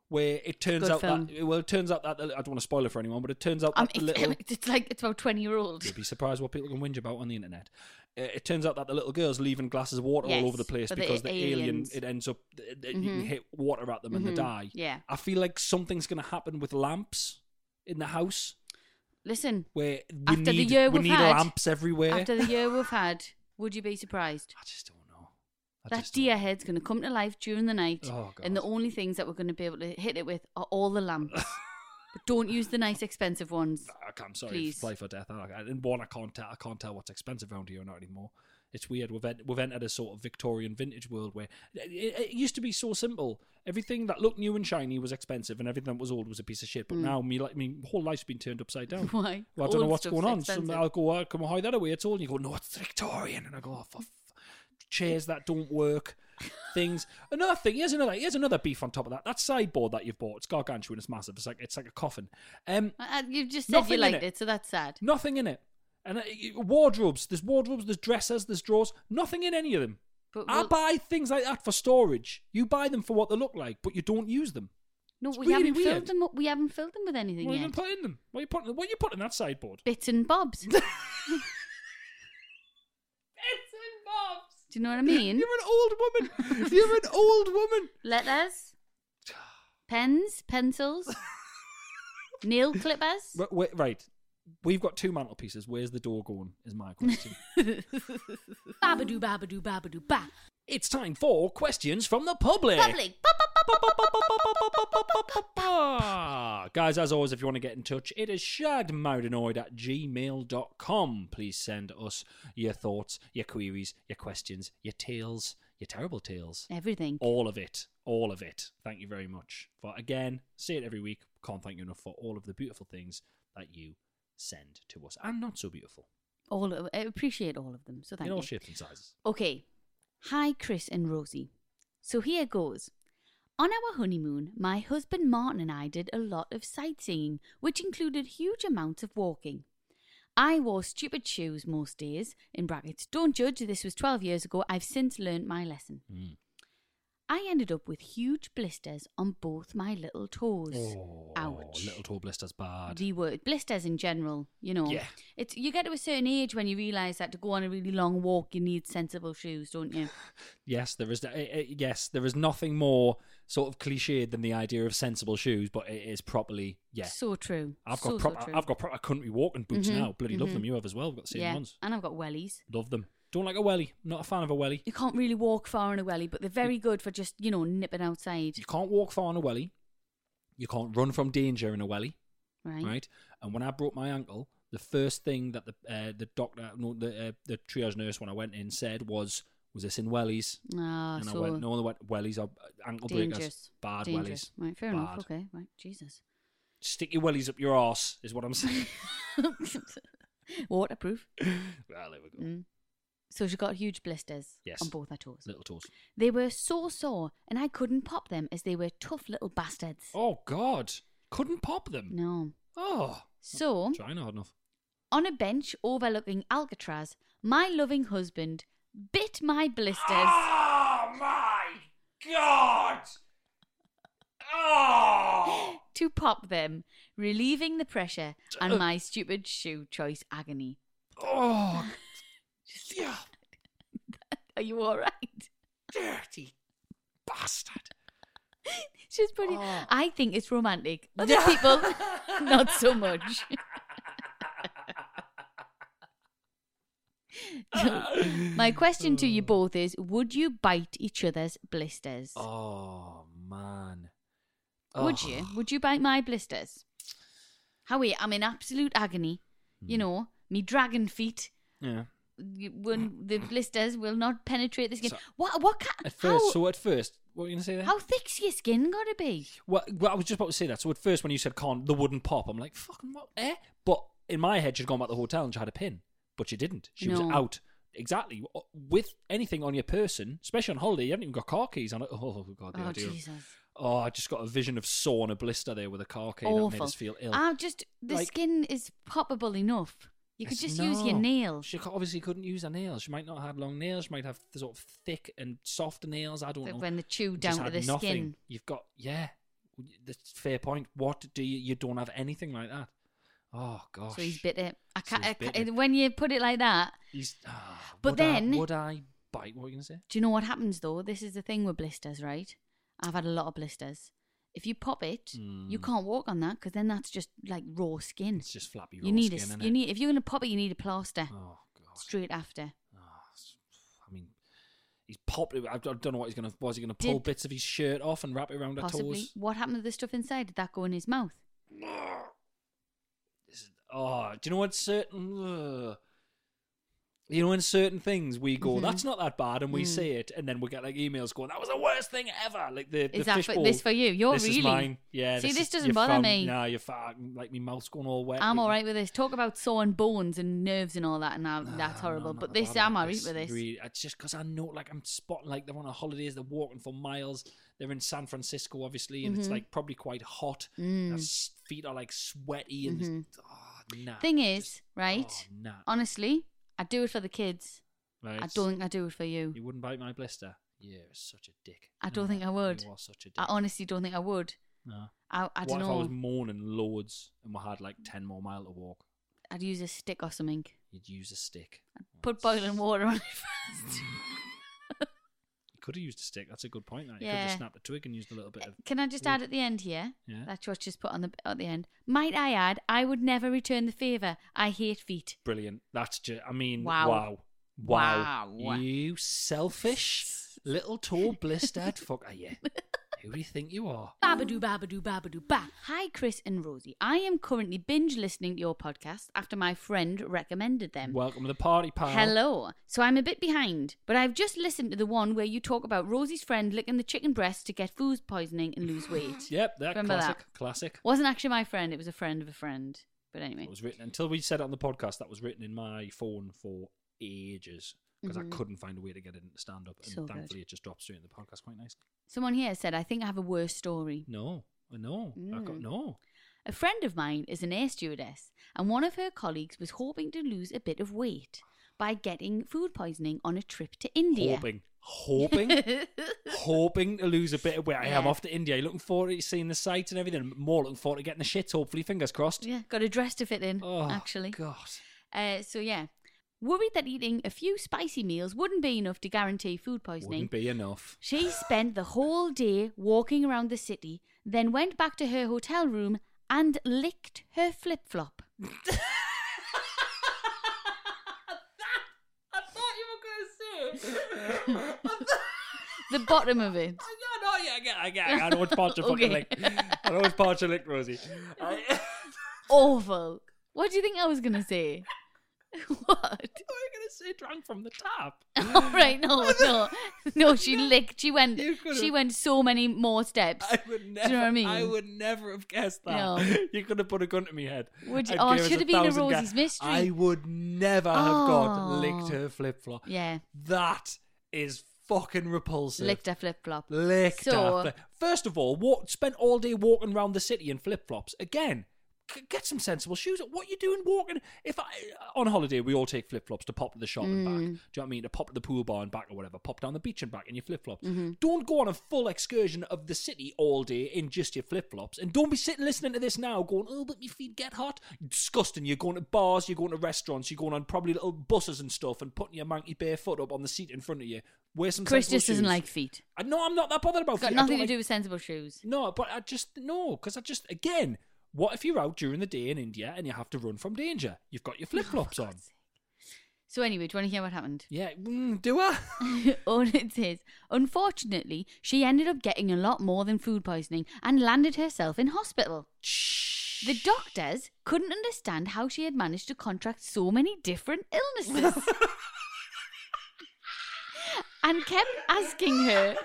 [SPEAKER 3] where it turns
[SPEAKER 2] Good
[SPEAKER 3] out
[SPEAKER 2] film.
[SPEAKER 3] that well, it turns out that I don't want to spoil it for anyone, but it turns out that
[SPEAKER 2] Um,
[SPEAKER 3] the
[SPEAKER 2] it's,
[SPEAKER 3] little
[SPEAKER 2] it's like it's about twenty year old.
[SPEAKER 3] You'd be surprised what people can whinge about on the internet. Uh, It turns out that the little girl's leaving glasses of water
[SPEAKER 2] Yes,
[SPEAKER 3] all over the place
[SPEAKER 2] for the
[SPEAKER 3] because the, alien
[SPEAKER 2] aliens. Mm-hmm.
[SPEAKER 3] it ends up th- th- you can hit water at them and they die.
[SPEAKER 2] Yeah.
[SPEAKER 3] I feel like something's going to happen with lamps in the house
[SPEAKER 2] Listen,
[SPEAKER 3] where we
[SPEAKER 2] After the
[SPEAKER 3] need
[SPEAKER 2] year
[SPEAKER 3] we
[SPEAKER 2] we've
[SPEAKER 3] need
[SPEAKER 2] had-
[SPEAKER 3] lamps everywhere.
[SPEAKER 2] after the year we've had, would you be surprised?
[SPEAKER 3] I just don't know. I
[SPEAKER 2] That
[SPEAKER 3] just don't-
[SPEAKER 2] deer head's going to come to life during the night,
[SPEAKER 3] Oh,
[SPEAKER 2] and the
[SPEAKER 3] God.
[SPEAKER 2] only things that we're going to be able to hit it with are all the lamps. but don't use the nice, expensive ones.
[SPEAKER 3] I can't, I'm sorry,
[SPEAKER 2] Please.
[SPEAKER 3] play for death. I, I, and one, I can't tell. I can't tell what's expensive around here or not anymore. It's weird. We've en- we've entered a sort of Victorian vintage world where it, it, it used to be so simple. Everything that looked new and shiny was expensive, and everything that was old was a piece of shit. But now, me like, me whole life's been turned upside down.
[SPEAKER 2] Mm. Why?
[SPEAKER 3] Well, I don't know
[SPEAKER 2] Old
[SPEAKER 3] what's
[SPEAKER 2] stuff's
[SPEAKER 3] going on.
[SPEAKER 2] expensive.
[SPEAKER 3] Some, I'll go out, come hide that away. It's all, and you go, no, it's Victorian, and I go, oh, for f- chairs that don't work. Things. Another thing. Here's another. Here's another beef on top of that. That sideboard that you've bought. It's gargantuan. It's massive. It's like it's like a coffin. Um,
[SPEAKER 2] I- I- You've just said
[SPEAKER 3] Nothing
[SPEAKER 2] you
[SPEAKER 3] in
[SPEAKER 2] liked
[SPEAKER 3] it.
[SPEAKER 2] it. so that's sad.
[SPEAKER 3] Nothing in it. And uh, y- wardrobes. There's wardrobes. There's dressers. There's drawers. Nothing in any of them.
[SPEAKER 2] But
[SPEAKER 3] I
[SPEAKER 2] we'll-
[SPEAKER 3] buy things like that for storage. You buy them for what they look like, but you don't use them.
[SPEAKER 2] no,
[SPEAKER 3] it's
[SPEAKER 2] we
[SPEAKER 3] really
[SPEAKER 2] haven't
[SPEAKER 3] weird.
[SPEAKER 2] filled them. Up, we haven't filled them with anything
[SPEAKER 3] What are you
[SPEAKER 2] yet.
[SPEAKER 3] gonna put in them? What are you putting? What are you putting in that sideboard?
[SPEAKER 2] Bits and bobs. Do
[SPEAKER 3] Bits and bobs.
[SPEAKER 2] you know what I mean?
[SPEAKER 3] You're an old woman. You're an old woman.
[SPEAKER 2] Letters, pens, pencils, nail clippers.
[SPEAKER 3] Right, wait, right. We've got two mantelpieces. Where's the door going? Is my question.
[SPEAKER 2] Babadoo, babadoo, babadoo, ba.
[SPEAKER 3] it's time for questions from the public.
[SPEAKER 2] Public. Ba, ba, ba, ba, ba, ba, ba, ba, ba, ba, ba, ba, ba.
[SPEAKER 3] Ah, guys, as always, if you want to get in touch, it is shagmoudanoid at gmail.com. Please send us your thoughts, your queries, your questions, your tales, your terrible tales.
[SPEAKER 2] Everything.
[SPEAKER 3] All of it. All of it. Thank you very much. But again, say it every week. Can't thank you enough for all of the beautiful things that you send to us. And not so beautiful.
[SPEAKER 2] All of, I appreciate all of them. So thank
[SPEAKER 3] in
[SPEAKER 2] you.
[SPEAKER 3] all shapes and sizes.
[SPEAKER 2] Okay. Hi, Chris and Rosie. So here goes. On our honeymoon, my husband Martin and I did a lot of sightseeing, which included huge amounts of walking. I wore stupid shoes most days, in brackets. Don't judge, this was 12 years ago. I've since learnt my lesson.
[SPEAKER 3] Mm.
[SPEAKER 2] I ended up with huge blisters on both my little toes.
[SPEAKER 3] Oh,
[SPEAKER 2] Ouch.
[SPEAKER 3] Little tall blisters bad.
[SPEAKER 2] The word blisters in general, you know.
[SPEAKER 3] Yeah.
[SPEAKER 2] It's you get to a certain age when you realise that to go on a really long walk you need sensible shoes, don't you?
[SPEAKER 3] Yes, there is. eh, eh, Yes, there is nothing more sort of cliched than the idea of sensible shoes, but it is properly. Yeah,
[SPEAKER 2] So true.
[SPEAKER 3] I've
[SPEAKER 2] so,
[SPEAKER 3] got
[SPEAKER 2] so
[SPEAKER 3] proper.
[SPEAKER 2] true.
[SPEAKER 3] I've got proper country walking boots
[SPEAKER 2] Mhm,
[SPEAKER 3] now. Bloody love them.
[SPEAKER 2] mhm.
[SPEAKER 3] You have as well. We've got the same
[SPEAKER 2] yeah,
[SPEAKER 3] ones.
[SPEAKER 2] and I've got wellies.
[SPEAKER 3] Love them. Don't like a welly. Not a fan of a welly.
[SPEAKER 2] You can't really walk far in a wellie, but they're very good for just you know nipping outside,
[SPEAKER 3] You can't walk far in a welly. You can't run from danger in a welly,
[SPEAKER 2] right?
[SPEAKER 3] right? And when I broke my ankle, the first thing that the uh, the doctor, no, the uh, the triage nurse when I went in said was, "Was this in wellies?"
[SPEAKER 2] Ah,
[SPEAKER 3] and
[SPEAKER 2] so
[SPEAKER 3] I went, "No, they went wellies are ankle breakers,
[SPEAKER 2] dangerous,
[SPEAKER 3] bad wellies."
[SPEAKER 2] dangerous. Right, fair enough.
[SPEAKER 3] Bad.
[SPEAKER 2] Okay, right, Jesus.
[SPEAKER 3] stick your wellies up your arse is what I'm saying.
[SPEAKER 2] Waterproof.
[SPEAKER 3] well, Ah, there we go.
[SPEAKER 2] Mm. So she got huge blisters
[SPEAKER 3] Yes.
[SPEAKER 2] on both her toes.
[SPEAKER 3] Little toes.
[SPEAKER 2] They were so sore, and I couldn't pop them as they were tough little bastards.
[SPEAKER 3] Oh God, couldn't pop them.
[SPEAKER 2] No. Hmm?
[SPEAKER 3] Oh,
[SPEAKER 2] So
[SPEAKER 3] trying hard enough.
[SPEAKER 2] on a bench overlooking Alcatraz, my loving husband bit my blisters.
[SPEAKER 3] Oh my God. Oh.
[SPEAKER 2] to pop them, relieving the pressure and my stupid shoe choice agony.
[SPEAKER 3] Oh. Yeah,
[SPEAKER 2] Are you all right?
[SPEAKER 3] dirty bastard.
[SPEAKER 2] She's pretty.
[SPEAKER 3] Oh.
[SPEAKER 2] I think it's romantic. Other people, not so much. My question to you both is Would you bite each other's blisters?
[SPEAKER 3] Oh man.
[SPEAKER 2] Would
[SPEAKER 3] Oh.
[SPEAKER 2] you? Would you bite my blisters? Howie, I'm in absolute agony.
[SPEAKER 3] Hmm.
[SPEAKER 2] You know, me dragon feet.
[SPEAKER 3] Yeah.
[SPEAKER 2] you- When the blisters will not penetrate the skin.
[SPEAKER 3] So-
[SPEAKER 2] what? What? Ca-
[SPEAKER 3] At first,
[SPEAKER 2] how,
[SPEAKER 3] so at first, what were you gonna say there?
[SPEAKER 2] how thick's your skin got to be?
[SPEAKER 3] Well, well, I was just about to say that. So at first, when you said con, the wooden pop, I'm like, fucking what? Eh? But in my head, she'd gone back to the hotel and she had a pin, but she didn't. She was
[SPEAKER 2] No.
[SPEAKER 3] out. Exactly. With anything on your person, especially on holiday, you haven't even got car keys on it. Oh, God, the
[SPEAKER 2] oh
[SPEAKER 3] idea. of-
[SPEAKER 2] Jesus!
[SPEAKER 3] Oh, I just got a vision of saw and a blister there with a car key that made
[SPEAKER 2] Awful.
[SPEAKER 3] us feel ill.
[SPEAKER 2] I just the
[SPEAKER 3] Like-
[SPEAKER 2] skin is poppable enough. You could
[SPEAKER 3] It's
[SPEAKER 2] just use your
[SPEAKER 3] not.
[SPEAKER 2] nail.
[SPEAKER 3] She co- obviously couldn't use her nails. She might not have had long nails. She might have th- sort of thick and soft nails. I don't
[SPEAKER 2] Like
[SPEAKER 3] know.
[SPEAKER 2] when they chew
[SPEAKER 3] Just
[SPEAKER 2] down to
[SPEAKER 3] had
[SPEAKER 2] the
[SPEAKER 3] nothing.
[SPEAKER 2] skin.
[SPEAKER 3] You've got yeah. That's a fair point. What do you? You don't have anything like that. Oh gosh.
[SPEAKER 2] So he's bit it. I
[SPEAKER 3] So
[SPEAKER 2] can't,
[SPEAKER 3] he's
[SPEAKER 2] I
[SPEAKER 3] bit
[SPEAKER 2] can't-
[SPEAKER 3] it.
[SPEAKER 2] When you put it like that,
[SPEAKER 3] He's- ah,
[SPEAKER 2] But
[SPEAKER 3] would
[SPEAKER 2] then-
[SPEAKER 3] I, would I bite? What were you gonna say?
[SPEAKER 2] do you know what happens though? This is the thing with blisters, right? I've had a lot of blisters. If you pop it, you
[SPEAKER 3] Mm.
[SPEAKER 2] can't walk on that because then that's just like raw skin.
[SPEAKER 3] It's just flappy.
[SPEAKER 2] you need
[SPEAKER 3] skin,
[SPEAKER 2] a, you need if you're gonna pop it, you need a plaster
[SPEAKER 3] Oh god.
[SPEAKER 2] straight after.
[SPEAKER 3] Ah, s- I mean, he's popped. it. I don't know what he's gonna. Was he gonna pull
[SPEAKER 2] Did-
[SPEAKER 3] bits of his shirt off and wrap it around her
[SPEAKER 2] Possibly.
[SPEAKER 3] toes?
[SPEAKER 2] What happened to the stuff inside? Did that go in his mouth?
[SPEAKER 3] This is- Oh, do you know what certain? ugh. you know, in certain things we go,
[SPEAKER 2] Mhm.
[SPEAKER 3] that's not that bad, and we
[SPEAKER 2] Mm.
[SPEAKER 3] say it, and then we get like emails going, that was the worst thing ever. Like the, the
[SPEAKER 2] Is that for,
[SPEAKER 3] fishbowl.
[SPEAKER 2] this for you? You're
[SPEAKER 3] this
[SPEAKER 2] really
[SPEAKER 3] is mine. Yeah.
[SPEAKER 2] See,
[SPEAKER 3] is-
[SPEAKER 2] this doesn't
[SPEAKER 3] you're
[SPEAKER 2] bother
[SPEAKER 3] found-
[SPEAKER 2] me.
[SPEAKER 3] Nah, you're fat. Like my mouth's going all wet.
[SPEAKER 2] I'm
[SPEAKER 3] You-
[SPEAKER 2] all right with this. Talk about sawing bones and nerves and all that, and I,
[SPEAKER 3] Nah,
[SPEAKER 2] that's
[SPEAKER 3] no,
[SPEAKER 2] horrible.
[SPEAKER 3] not
[SPEAKER 2] but
[SPEAKER 3] that
[SPEAKER 2] this,
[SPEAKER 3] bad.
[SPEAKER 2] I'm all right with this.
[SPEAKER 3] Really, it's just because I know, like, I'm spotting, like, they're on a holidays, they're walking for miles. They're in San Francisco, obviously, and it's
[SPEAKER 2] Mhm.
[SPEAKER 3] like probably quite hot. Their
[SPEAKER 2] Mm.
[SPEAKER 3] s- feet are like sweaty and
[SPEAKER 2] Mhm.
[SPEAKER 3] just, oh, nah.
[SPEAKER 2] Thing
[SPEAKER 3] Just-
[SPEAKER 2] is, right?
[SPEAKER 3] oh, nah.
[SPEAKER 2] Honestly, I do it for the kids.
[SPEAKER 3] Right.
[SPEAKER 2] I don't think I do it for you.
[SPEAKER 3] You wouldn't bite my blister. Yeah, you're such a dick.
[SPEAKER 2] I don't think I would.
[SPEAKER 3] You are such a dick.
[SPEAKER 2] I honestly don't think I would.
[SPEAKER 3] No.
[SPEAKER 2] I, I
[SPEAKER 3] what
[SPEAKER 2] don't
[SPEAKER 3] if I was
[SPEAKER 2] know.
[SPEAKER 3] mourning loads and we had like ten more mile to walk?
[SPEAKER 2] I'd use a stick or something.
[SPEAKER 3] You'd use a stick.
[SPEAKER 2] Put boiling water on it first.
[SPEAKER 3] You could have used a stick. That's a good point. That you could
[SPEAKER 2] Yeah. Eh,
[SPEAKER 3] have snapped a twig and used a little bit of.
[SPEAKER 2] Can I just add at the end here?
[SPEAKER 3] Yeah.
[SPEAKER 2] That's what's just put on the at the end. Might I add, I would never return the favour. I hate feet.
[SPEAKER 3] Brilliant. That's just. I mean,
[SPEAKER 2] Wow.
[SPEAKER 3] wow, wow,
[SPEAKER 2] Wow.
[SPEAKER 3] You selfish little tall blistered fuck are you? Who do you think you are?
[SPEAKER 2] Babadoo, babadoo, babadoo, ba. Hi, Chris and Rosie. I am currently binge listening to your podcast after my friend recommended them.
[SPEAKER 3] Welcome to the party, pal.
[SPEAKER 2] Hello. So I'm a bit behind, but I've just listened to the one where you talk about Rosie's friend licking the chicken breast to get food poisoning and lose weight.
[SPEAKER 3] Yep, that
[SPEAKER 2] Remember
[SPEAKER 3] classic.
[SPEAKER 2] that.
[SPEAKER 3] Classic.
[SPEAKER 2] Wasn't actually my friend, it was a friend of a friend. But anyway.
[SPEAKER 3] It was written until we said it on the podcast. That was written in my phone for ages because
[SPEAKER 2] Mhm.
[SPEAKER 3] I couldn't find a way to get it into stand up, and
[SPEAKER 2] So good.
[SPEAKER 3] thankfully it just dropped straight in the podcast quite nicely.
[SPEAKER 2] Someone here said, I think I have a worse story.
[SPEAKER 3] No, no, I got
[SPEAKER 2] Mm.
[SPEAKER 3] no.
[SPEAKER 2] A friend of mine is an air stewardess, and one of her colleagues was hoping to lose a bit of weight by getting food poisoning on a trip to India.
[SPEAKER 3] Hoping, hoping, hoping to lose a bit of weight. I am
[SPEAKER 2] Yeah.
[SPEAKER 3] off to India. Looking forward to seeing the sights and everything. and More looking forward to getting the shits. Hopefully, fingers crossed.
[SPEAKER 2] yeah, got a dress to fit in,
[SPEAKER 3] Oh,
[SPEAKER 2] actually.
[SPEAKER 3] God.
[SPEAKER 2] Uh, so, yeah. Worried that eating a few spicy meals wouldn't be enough to guarantee food poisoning,
[SPEAKER 3] Wouldn't be enough.
[SPEAKER 2] she spent the whole day walking around the city, then went back to her hotel room and licked her flip flop.
[SPEAKER 3] I thought you were going to say.
[SPEAKER 2] The bottom of it.
[SPEAKER 3] I know, yeah, I get, I get. I know it's part of fucking
[SPEAKER 2] Okay.
[SPEAKER 3] lick. I know it's part of lick, Rosie. I-
[SPEAKER 2] Awful. What do you think I was going to say? what?
[SPEAKER 3] What are you going to say? Drunk from the tap.
[SPEAKER 2] All right, no, no, no. She licked. She went.
[SPEAKER 3] You could've-
[SPEAKER 2] She went so many more steps.
[SPEAKER 3] I would never.
[SPEAKER 2] what I mean?
[SPEAKER 3] would never have guessed that.
[SPEAKER 2] No.
[SPEAKER 3] You could have put a gun to my head.
[SPEAKER 2] Would you-
[SPEAKER 3] I'd
[SPEAKER 2] oh, it
[SPEAKER 3] give us
[SPEAKER 2] should
[SPEAKER 3] a
[SPEAKER 2] have been a
[SPEAKER 3] thousand ga-
[SPEAKER 2] Rosie's mystery.
[SPEAKER 3] I would never have
[SPEAKER 2] Oh.
[SPEAKER 3] got licked her flip flop.
[SPEAKER 2] Yeah,
[SPEAKER 3] That is fucking repulsive.
[SPEAKER 2] licked a flip flop.
[SPEAKER 3] Licked
[SPEAKER 2] So-
[SPEAKER 3] her. fli- First of all, walk, spent all day walking around the city in flip flops. Again, g- get some sensible shoes. What you doing walking? If I on holiday, we all take flip flops to pop to the shop
[SPEAKER 2] Mm.
[SPEAKER 3] and back. Do you know what I mean? To pop to the pool bar and back or whatever. Pop down the beach and back in your flip flops.
[SPEAKER 2] Mm-hmm.
[SPEAKER 3] Don't go on a full excursion of the city all day in just your flip flops. And don't be sitting listening to this now, going, "Oh, but my feet get hot." Disgusting. You're going to bars. You're going to restaurants. You're going on probably little buses and stuff, and putting your monkey bare foot up on the seat in front of you. Wear some.
[SPEAKER 2] Chris
[SPEAKER 3] sensible
[SPEAKER 2] just doesn't
[SPEAKER 3] shoes.
[SPEAKER 2] like feet.
[SPEAKER 3] I no, I'm not that bothered about
[SPEAKER 2] It's got
[SPEAKER 3] feet. I don't
[SPEAKER 2] nothing to
[SPEAKER 3] like-
[SPEAKER 2] do with sensible shoes.
[SPEAKER 3] No, but I just no, because I just again, what if you're out during the day in India and you have to run from danger? You've
[SPEAKER 2] Oh,
[SPEAKER 3] got your flip flops on.
[SPEAKER 2] So anyway, do you want to hear what happened?
[SPEAKER 3] Yeah, mm, do I?
[SPEAKER 2] All it says, unfortunately, she ended up getting a lot more than food poisoning and landed herself in hospital. The doctors couldn't understand how she had managed to contract so many different illnesses. and kept asking her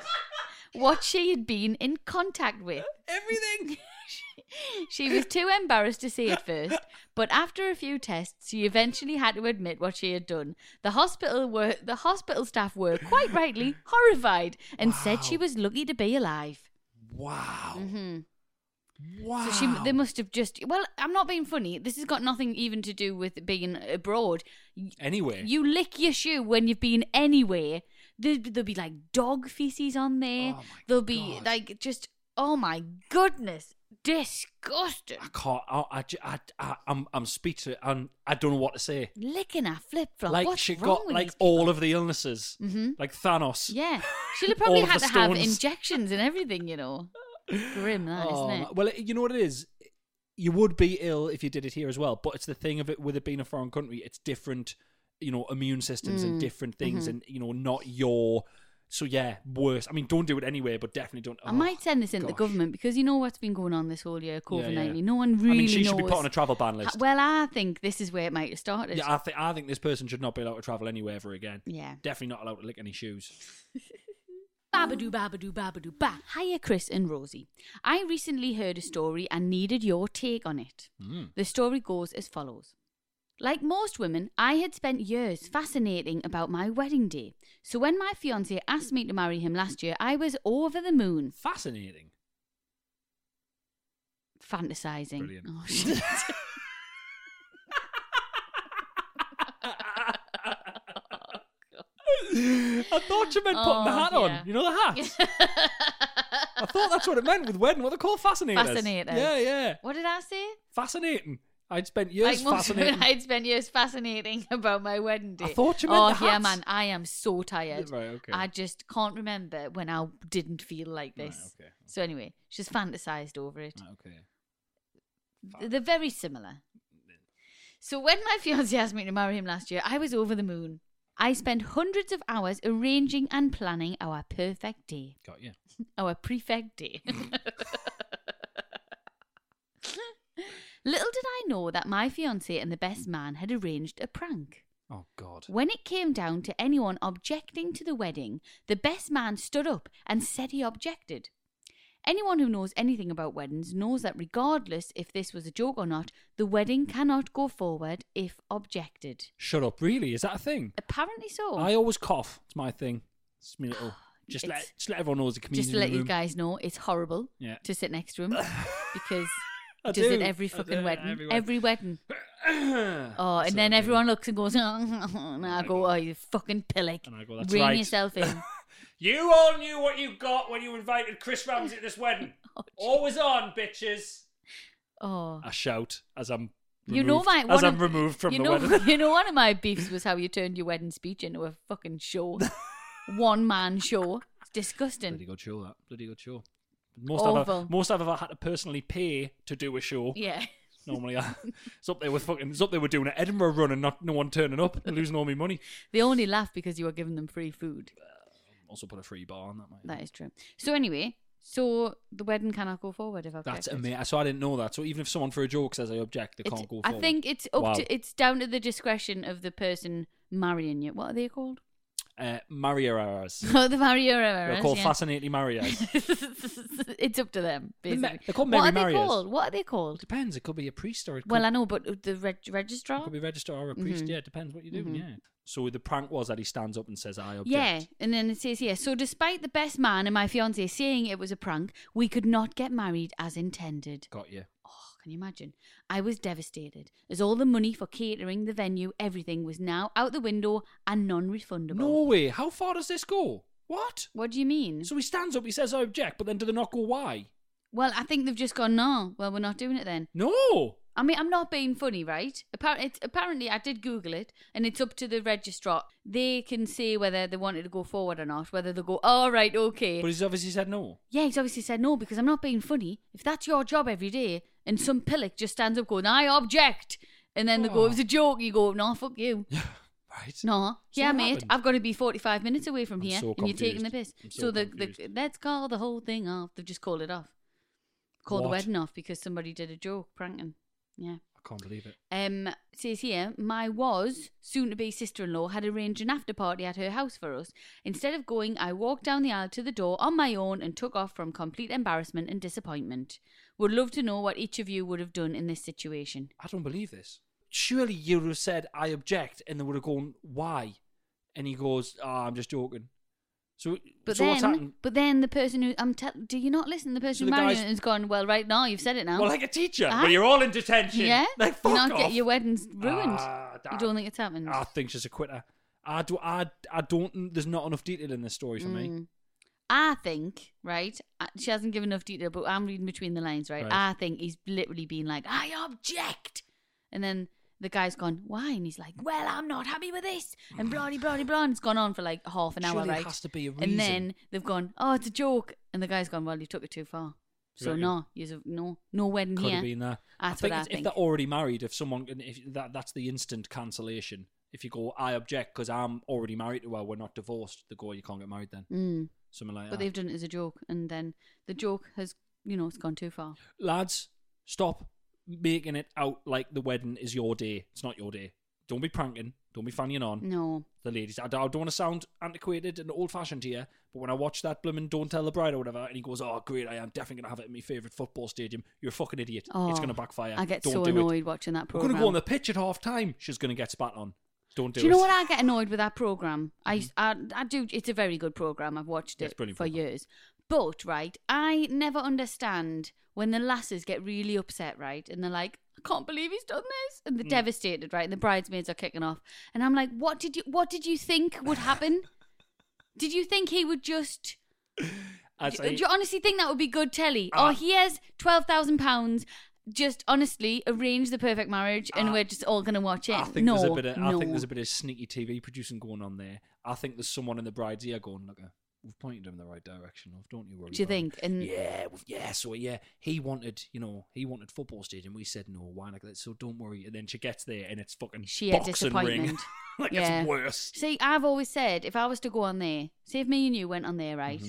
[SPEAKER 2] what she had been in contact with.
[SPEAKER 3] Everything.
[SPEAKER 2] She was too embarrassed to say at first, but after a few tests, she eventually had to admit what she had done. The hospital were the hospital staff were quite rightly horrified and said she
[SPEAKER 3] Wow.
[SPEAKER 2] was lucky to be alive.
[SPEAKER 3] Wow.
[SPEAKER 2] hmm
[SPEAKER 3] Wow.
[SPEAKER 2] So she they must have just well, I'm not being funny. This has got nothing even to do with being abroad.
[SPEAKER 3] anyway.
[SPEAKER 2] You lick your shoe when you've been anywhere. There'll, be- there'll be like dog feces on there.
[SPEAKER 3] Oh my
[SPEAKER 2] there'll be
[SPEAKER 3] God.
[SPEAKER 2] like just oh my goodness, disgusting.
[SPEAKER 3] I can't. I, I, ju- I, I, am I'm speechless. I'm, I don't know what to say.
[SPEAKER 2] licking her flip flop.
[SPEAKER 3] like
[SPEAKER 2] What's
[SPEAKER 3] she
[SPEAKER 2] wrong
[SPEAKER 3] got
[SPEAKER 2] with
[SPEAKER 3] like
[SPEAKER 2] these people?
[SPEAKER 3] all of the illnesses,
[SPEAKER 2] Mhm.
[SPEAKER 3] like Thanos.
[SPEAKER 2] Yeah, she'll have probably
[SPEAKER 3] all of
[SPEAKER 2] had
[SPEAKER 3] the
[SPEAKER 2] to have
[SPEAKER 3] stones.
[SPEAKER 2] injections and everything. You know, grim that
[SPEAKER 3] Oh,
[SPEAKER 2] not
[SPEAKER 3] man.
[SPEAKER 2] it?
[SPEAKER 3] Well, it- you know what it is. You would be ill if you did it here as well, but it's the thing of it with it being a foreign country. It's different, you know, immune systems
[SPEAKER 2] Mm,
[SPEAKER 3] and different things,
[SPEAKER 2] mm-hmm.
[SPEAKER 3] and you know, not your. So yeah, worse. I mean, don't do it anyway, but definitely don't.
[SPEAKER 2] I
[SPEAKER 3] oh,
[SPEAKER 2] might send this in to the
[SPEAKER 3] gosh.
[SPEAKER 2] government because you know what's been going on this whole year,
[SPEAKER 3] Yeah,
[SPEAKER 2] COVID
[SPEAKER 3] yeah.
[SPEAKER 2] nineteen. No one really
[SPEAKER 3] I mean, she
[SPEAKER 2] knows.
[SPEAKER 3] should be put on a travel ban list.
[SPEAKER 2] Ha- well, I think this is where it might have started.
[SPEAKER 3] yeah, I think I think this person should not be allowed to travel anywhere ever again.
[SPEAKER 2] yeah.
[SPEAKER 3] Definitely not allowed to lick any shoes.
[SPEAKER 2] Babadoo, babadoo, babadoo, ba. Hiya, Chris and Rosie. I recently heard a story and needed your take on it.
[SPEAKER 3] Hmm.
[SPEAKER 2] The story goes as follows. Like most women, I had spent years fascinating about my wedding day. So when my fiance asked me to marry him last year, I was over the moon
[SPEAKER 3] Fascinating.
[SPEAKER 2] fantasizing.
[SPEAKER 3] Brilliant.
[SPEAKER 2] Oh, shit.
[SPEAKER 3] I thought you meant putting the
[SPEAKER 2] Oh,
[SPEAKER 3] hat
[SPEAKER 2] yeah.
[SPEAKER 3] on. You know the hats. I thought that's what it meant with wedding. What they call fascinators.
[SPEAKER 2] Fascinators.
[SPEAKER 3] Yeah, yeah.
[SPEAKER 2] what did I say?
[SPEAKER 3] Fascinating. I'd spent years
[SPEAKER 2] like most of
[SPEAKER 3] fascinating.
[SPEAKER 2] it, I'd spent years fascinating about my wedding day.
[SPEAKER 3] I thought you meant
[SPEAKER 2] Oh
[SPEAKER 3] the
[SPEAKER 2] yeah,
[SPEAKER 3] hats.
[SPEAKER 2] man, I am so tired.
[SPEAKER 3] Right, okay.
[SPEAKER 2] I just can't remember when I didn't feel like
[SPEAKER 3] Right,
[SPEAKER 2] this.
[SPEAKER 3] okay.
[SPEAKER 2] So anyway, she's fantasized over it.
[SPEAKER 3] Ah, okay.
[SPEAKER 2] Th- They're very similar. So when my fiance asked me to marry him last year, I was over the moon. I spent hundreds of hours arranging and planning our perfect day,
[SPEAKER 3] Got you.
[SPEAKER 2] our prefect day. Little did I know that my fiance and the best man had arranged a prank.
[SPEAKER 3] Oh God.
[SPEAKER 2] When it came down to anyone objecting to the wedding, the best man stood up and said he objected. Anyone who knows anything about weddings knows that regardless if this was a joke or not, the wedding cannot go forward if objected.
[SPEAKER 3] Shut up. Really? Is that a thing?
[SPEAKER 2] Apparently so.
[SPEAKER 3] I always cough. It's my thing. It's me little. Just
[SPEAKER 2] Oh.
[SPEAKER 3] let
[SPEAKER 2] It's-
[SPEAKER 3] just let everyone know there's a comedian
[SPEAKER 2] Just to let
[SPEAKER 3] in the
[SPEAKER 2] you
[SPEAKER 3] room.
[SPEAKER 2] guys know, it's horrible
[SPEAKER 3] Yeah.
[SPEAKER 2] to sit next to him because
[SPEAKER 3] I
[SPEAKER 2] he does it
[SPEAKER 3] do.
[SPEAKER 2] every
[SPEAKER 3] I do
[SPEAKER 2] fucking
[SPEAKER 3] it
[SPEAKER 2] wedding,
[SPEAKER 3] every
[SPEAKER 2] every,
[SPEAKER 3] wedding.
[SPEAKER 2] wedding. Oh, and
[SPEAKER 3] So
[SPEAKER 2] then
[SPEAKER 3] I do.
[SPEAKER 2] everyone looks and goes, and I go, oh, you fucking pillock,
[SPEAKER 3] And I go, "That's
[SPEAKER 2] rein
[SPEAKER 3] right."
[SPEAKER 2] yourself in.
[SPEAKER 3] You all knew what you got when you invited Chris Ramsey to this wedding. Always on, bitches.
[SPEAKER 2] Oh,
[SPEAKER 3] I shout as I'm.
[SPEAKER 2] You know
[SPEAKER 3] removed-
[SPEAKER 2] my
[SPEAKER 3] as
[SPEAKER 2] one
[SPEAKER 3] I'm
[SPEAKER 2] of-
[SPEAKER 3] removed from
[SPEAKER 2] you
[SPEAKER 3] the
[SPEAKER 2] know,
[SPEAKER 3] wedding.
[SPEAKER 2] You know, one of my beefs was how you turned your wedding speech into a fucking show, one man show. It's
[SPEAKER 3] Bloody
[SPEAKER 2] disgusting.
[SPEAKER 3] good show that. Bloody good show. Most I've, ever,
[SPEAKER 2] Awful.
[SPEAKER 3] most I've ever had to personally pay to do a show.
[SPEAKER 2] Yeah,
[SPEAKER 3] Normally, I, it's up there with fucking. It's up there with doing an Edinburgh run and not no one turning up and losing all my money.
[SPEAKER 2] they only laugh because you were giving them free food.
[SPEAKER 3] Also, put a free bar on that. Might
[SPEAKER 2] That is true. So anyway, so the wedding cannot go forward if I've
[SPEAKER 3] That's
[SPEAKER 2] checked it.
[SPEAKER 3] amazing. So I didn't know that. So even if someone for a joke says I object, they
[SPEAKER 2] It's-
[SPEAKER 3] can't go.
[SPEAKER 2] I
[SPEAKER 3] forward.
[SPEAKER 2] think it's up
[SPEAKER 3] Wow.
[SPEAKER 2] to it's down to the discretion of the person marrying you. What are they called?
[SPEAKER 3] uh, Marieras.
[SPEAKER 2] Oh, the marrier
[SPEAKER 3] They're called
[SPEAKER 2] yeah.
[SPEAKER 3] fascinating Marieras.
[SPEAKER 2] it's up to them.
[SPEAKER 3] They're ma-
[SPEAKER 2] Basically.
[SPEAKER 3] they're called
[SPEAKER 2] what are
[SPEAKER 3] Mary
[SPEAKER 2] they
[SPEAKER 3] Marriers.
[SPEAKER 2] called? What are they called?
[SPEAKER 3] depends. It could be a priest or it could,
[SPEAKER 2] Well, I know, but the reg- registrar.
[SPEAKER 3] it could be a registrar or a priest.
[SPEAKER 2] Mhm.
[SPEAKER 3] Yeah, it depends what you're doing.
[SPEAKER 2] Mhm.
[SPEAKER 3] Yeah. So the prank was that he stands up and says, "I object."
[SPEAKER 2] Yeah, and then it says here, so despite the best man and my fiance saying it was a prank, we could not get married as intended.
[SPEAKER 3] Got you.
[SPEAKER 2] Oh, can you imagine? I was devastated, as all the money for catering, the venue, everything was now out the window and non refundable.
[SPEAKER 3] No way. How far does this go? What?
[SPEAKER 2] What do you mean?
[SPEAKER 3] So he stands up. He says, "I object," but then do they not go? Why?
[SPEAKER 2] well, I think they've just gone, no, well, we're not doing it then.
[SPEAKER 3] No.
[SPEAKER 2] I mean, I'm not being funny, right? Apparently, it's, apparently, I did Google it, and it's up to the registrar. They can say whether they wanted to go forward or not, whether they go, all right, okay.
[SPEAKER 3] But he's obviously said no.
[SPEAKER 2] Yeah, he's obviously said no because I'm not being funny. If that's your job every day and some pillock just stands up going, I object, and then they go,
[SPEAKER 3] Oh.
[SPEAKER 2] it was a joke, you go, no, fuck you.
[SPEAKER 3] Right.
[SPEAKER 2] No,
[SPEAKER 3] So
[SPEAKER 2] yeah,
[SPEAKER 3] what
[SPEAKER 2] mate,
[SPEAKER 3] happened?
[SPEAKER 2] I've got to be 45 minutes away from
[SPEAKER 3] I'm
[SPEAKER 2] here
[SPEAKER 3] so
[SPEAKER 2] and you're taking the
[SPEAKER 3] confused.
[SPEAKER 2] piss.
[SPEAKER 3] I'm so
[SPEAKER 2] So, the, the
[SPEAKER 3] confused.
[SPEAKER 2] let's call the whole thing off. They've just called it off. Called the
[SPEAKER 3] What?
[SPEAKER 2] wedding off because somebody did a joke, pranking. Yeah.
[SPEAKER 3] I can't believe it.
[SPEAKER 2] Um, says here, my was soon to be sister in law had arranged an after party at her house for us. Instead of going, I walked down the aisle to the door on my own and took off from complete embarrassment and disappointment. Would love to know what each of you would have done in this situation.
[SPEAKER 3] I don't believe this. Surely you would have said, I object, and they would have gone, why? And he goes, ah, I'm just joking. So,
[SPEAKER 2] But
[SPEAKER 3] so what's
[SPEAKER 2] then,
[SPEAKER 3] happened?
[SPEAKER 2] but then the person who I'm tell do you not listen? The
[SPEAKER 3] So
[SPEAKER 2] person
[SPEAKER 3] the
[SPEAKER 2] who married
[SPEAKER 3] guy's-
[SPEAKER 2] has gone. Well, right now you've said it now.
[SPEAKER 3] Well, like a teacher,
[SPEAKER 2] Ah.
[SPEAKER 3] where you're all in detention.
[SPEAKER 2] yeah,
[SPEAKER 3] Like, fuck
[SPEAKER 2] you not
[SPEAKER 3] off.
[SPEAKER 2] get your weddings ruined.
[SPEAKER 3] Ah,
[SPEAKER 2] you
[SPEAKER 3] that-
[SPEAKER 2] don't think it's happened?
[SPEAKER 3] I think she's a quitter. I, do, I, I don't, there's not enough detail in this story for me.
[SPEAKER 2] Mm. I think, right? uh, She hasn't given enough detail, but I'm reading between the lines, right?
[SPEAKER 3] Right.
[SPEAKER 2] I think he's literally been like, I object. And then the guy's gone, why? And he's like, well, I'm not happy with this. And blah, blah, blah, blah. And it's gone on for like half an hour,
[SPEAKER 3] Surely there
[SPEAKER 2] right?
[SPEAKER 3] has to be a reason.
[SPEAKER 2] and then they've gone, oh, it's a joke. And the guy's gone, well, you took it too far.
[SPEAKER 3] Do you
[SPEAKER 2] So
[SPEAKER 3] reckon?
[SPEAKER 2] no, you's a, no, no wedding
[SPEAKER 3] Could
[SPEAKER 2] here.
[SPEAKER 3] have been that.
[SPEAKER 2] That's
[SPEAKER 3] I think
[SPEAKER 2] what I
[SPEAKER 3] it's- if
[SPEAKER 2] think.
[SPEAKER 3] they're already married, if someone, and if that, that's the instant cancellation. If you go, I object because I'm already married to her, we're not divorced, they go, you can't get married then.
[SPEAKER 2] Mm.
[SPEAKER 3] Something like
[SPEAKER 2] But
[SPEAKER 3] that.
[SPEAKER 2] they've done it as a joke, and then the joke has, you know, it's gone too far.
[SPEAKER 3] lads, stop making it out like the wedding is your day. It's not your day. Don't be pranking. Don't be fannying on.
[SPEAKER 2] No,
[SPEAKER 3] The ladies. I, I don't want to sound antiquated and old fashioned here, but when I watch that blooming Don't Tell the Bride or whatever, and he goes, Oh, great, I am definitely going to have it in my favourite football stadium, you're a fucking idiot.
[SPEAKER 2] Oh,
[SPEAKER 3] it's going to backfire.
[SPEAKER 2] I get
[SPEAKER 3] don't
[SPEAKER 2] so
[SPEAKER 3] do
[SPEAKER 2] annoyed
[SPEAKER 3] It.
[SPEAKER 2] watching that
[SPEAKER 3] We're
[SPEAKER 2] program.
[SPEAKER 3] going to go on the pitch at half time. She's going to get spat on. Don't do,
[SPEAKER 2] Do you
[SPEAKER 3] it.
[SPEAKER 2] know what I get annoyed with that program? I, used- I I do. It's a very good program. I've watched it
[SPEAKER 3] It's a brilliant
[SPEAKER 2] for
[SPEAKER 3] programme.
[SPEAKER 2] years. But right, I never understand when the lasses get really upset, right? And they're like, "I can't believe he's done this," and they're
[SPEAKER 3] Hmm.
[SPEAKER 2] devastated, right? And the bridesmaids are kicking off, and I'm like, "What did you What did you think would happen? did you think he would just?"
[SPEAKER 3] I'd
[SPEAKER 2] Do,
[SPEAKER 3] say-
[SPEAKER 2] do you honestly think that would be good telly?
[SPEAKER 3] Ah.
[SPEAKER 2] oh, here's twelve thousand pounds. just honestly arrange the perfect marriage, and we're just all gonna watch it.
[SPEAKER 3] Ah. I think
[SPEAKER 2] no,
[SPEAKER 3] there's a bit of
[SPEAKER 2] no.
[SPEAKER 3] I think there's a bit of sneaky TV producing going on there. I think there's someone in the bride's ear going, look, uh, we've pointed him in the right direction. love, Don't you worry.
[SPEAKER 2] Do you
[SPEAKER 3] about it."
[SPEAKER 2] think? Mm. And-
[SPEAKER 3] yeah, we've- yeah. So yeah, he wanted, you know, he wanted football stadium. We said no, why not? So don't worry. And then she gets there, and it's fucking
[SPEAKER 2] Sheer
[SPEAKER 3] boxing ring.
[SPEAKER 2] disappointment.
[SPEAKER 3] like
[SPEAKER 2] Yeah.
[SPEAKER 3] it's worse.
[SPEAKER 2] See, I've always said if I was to go on there, say if me and you went on there, right?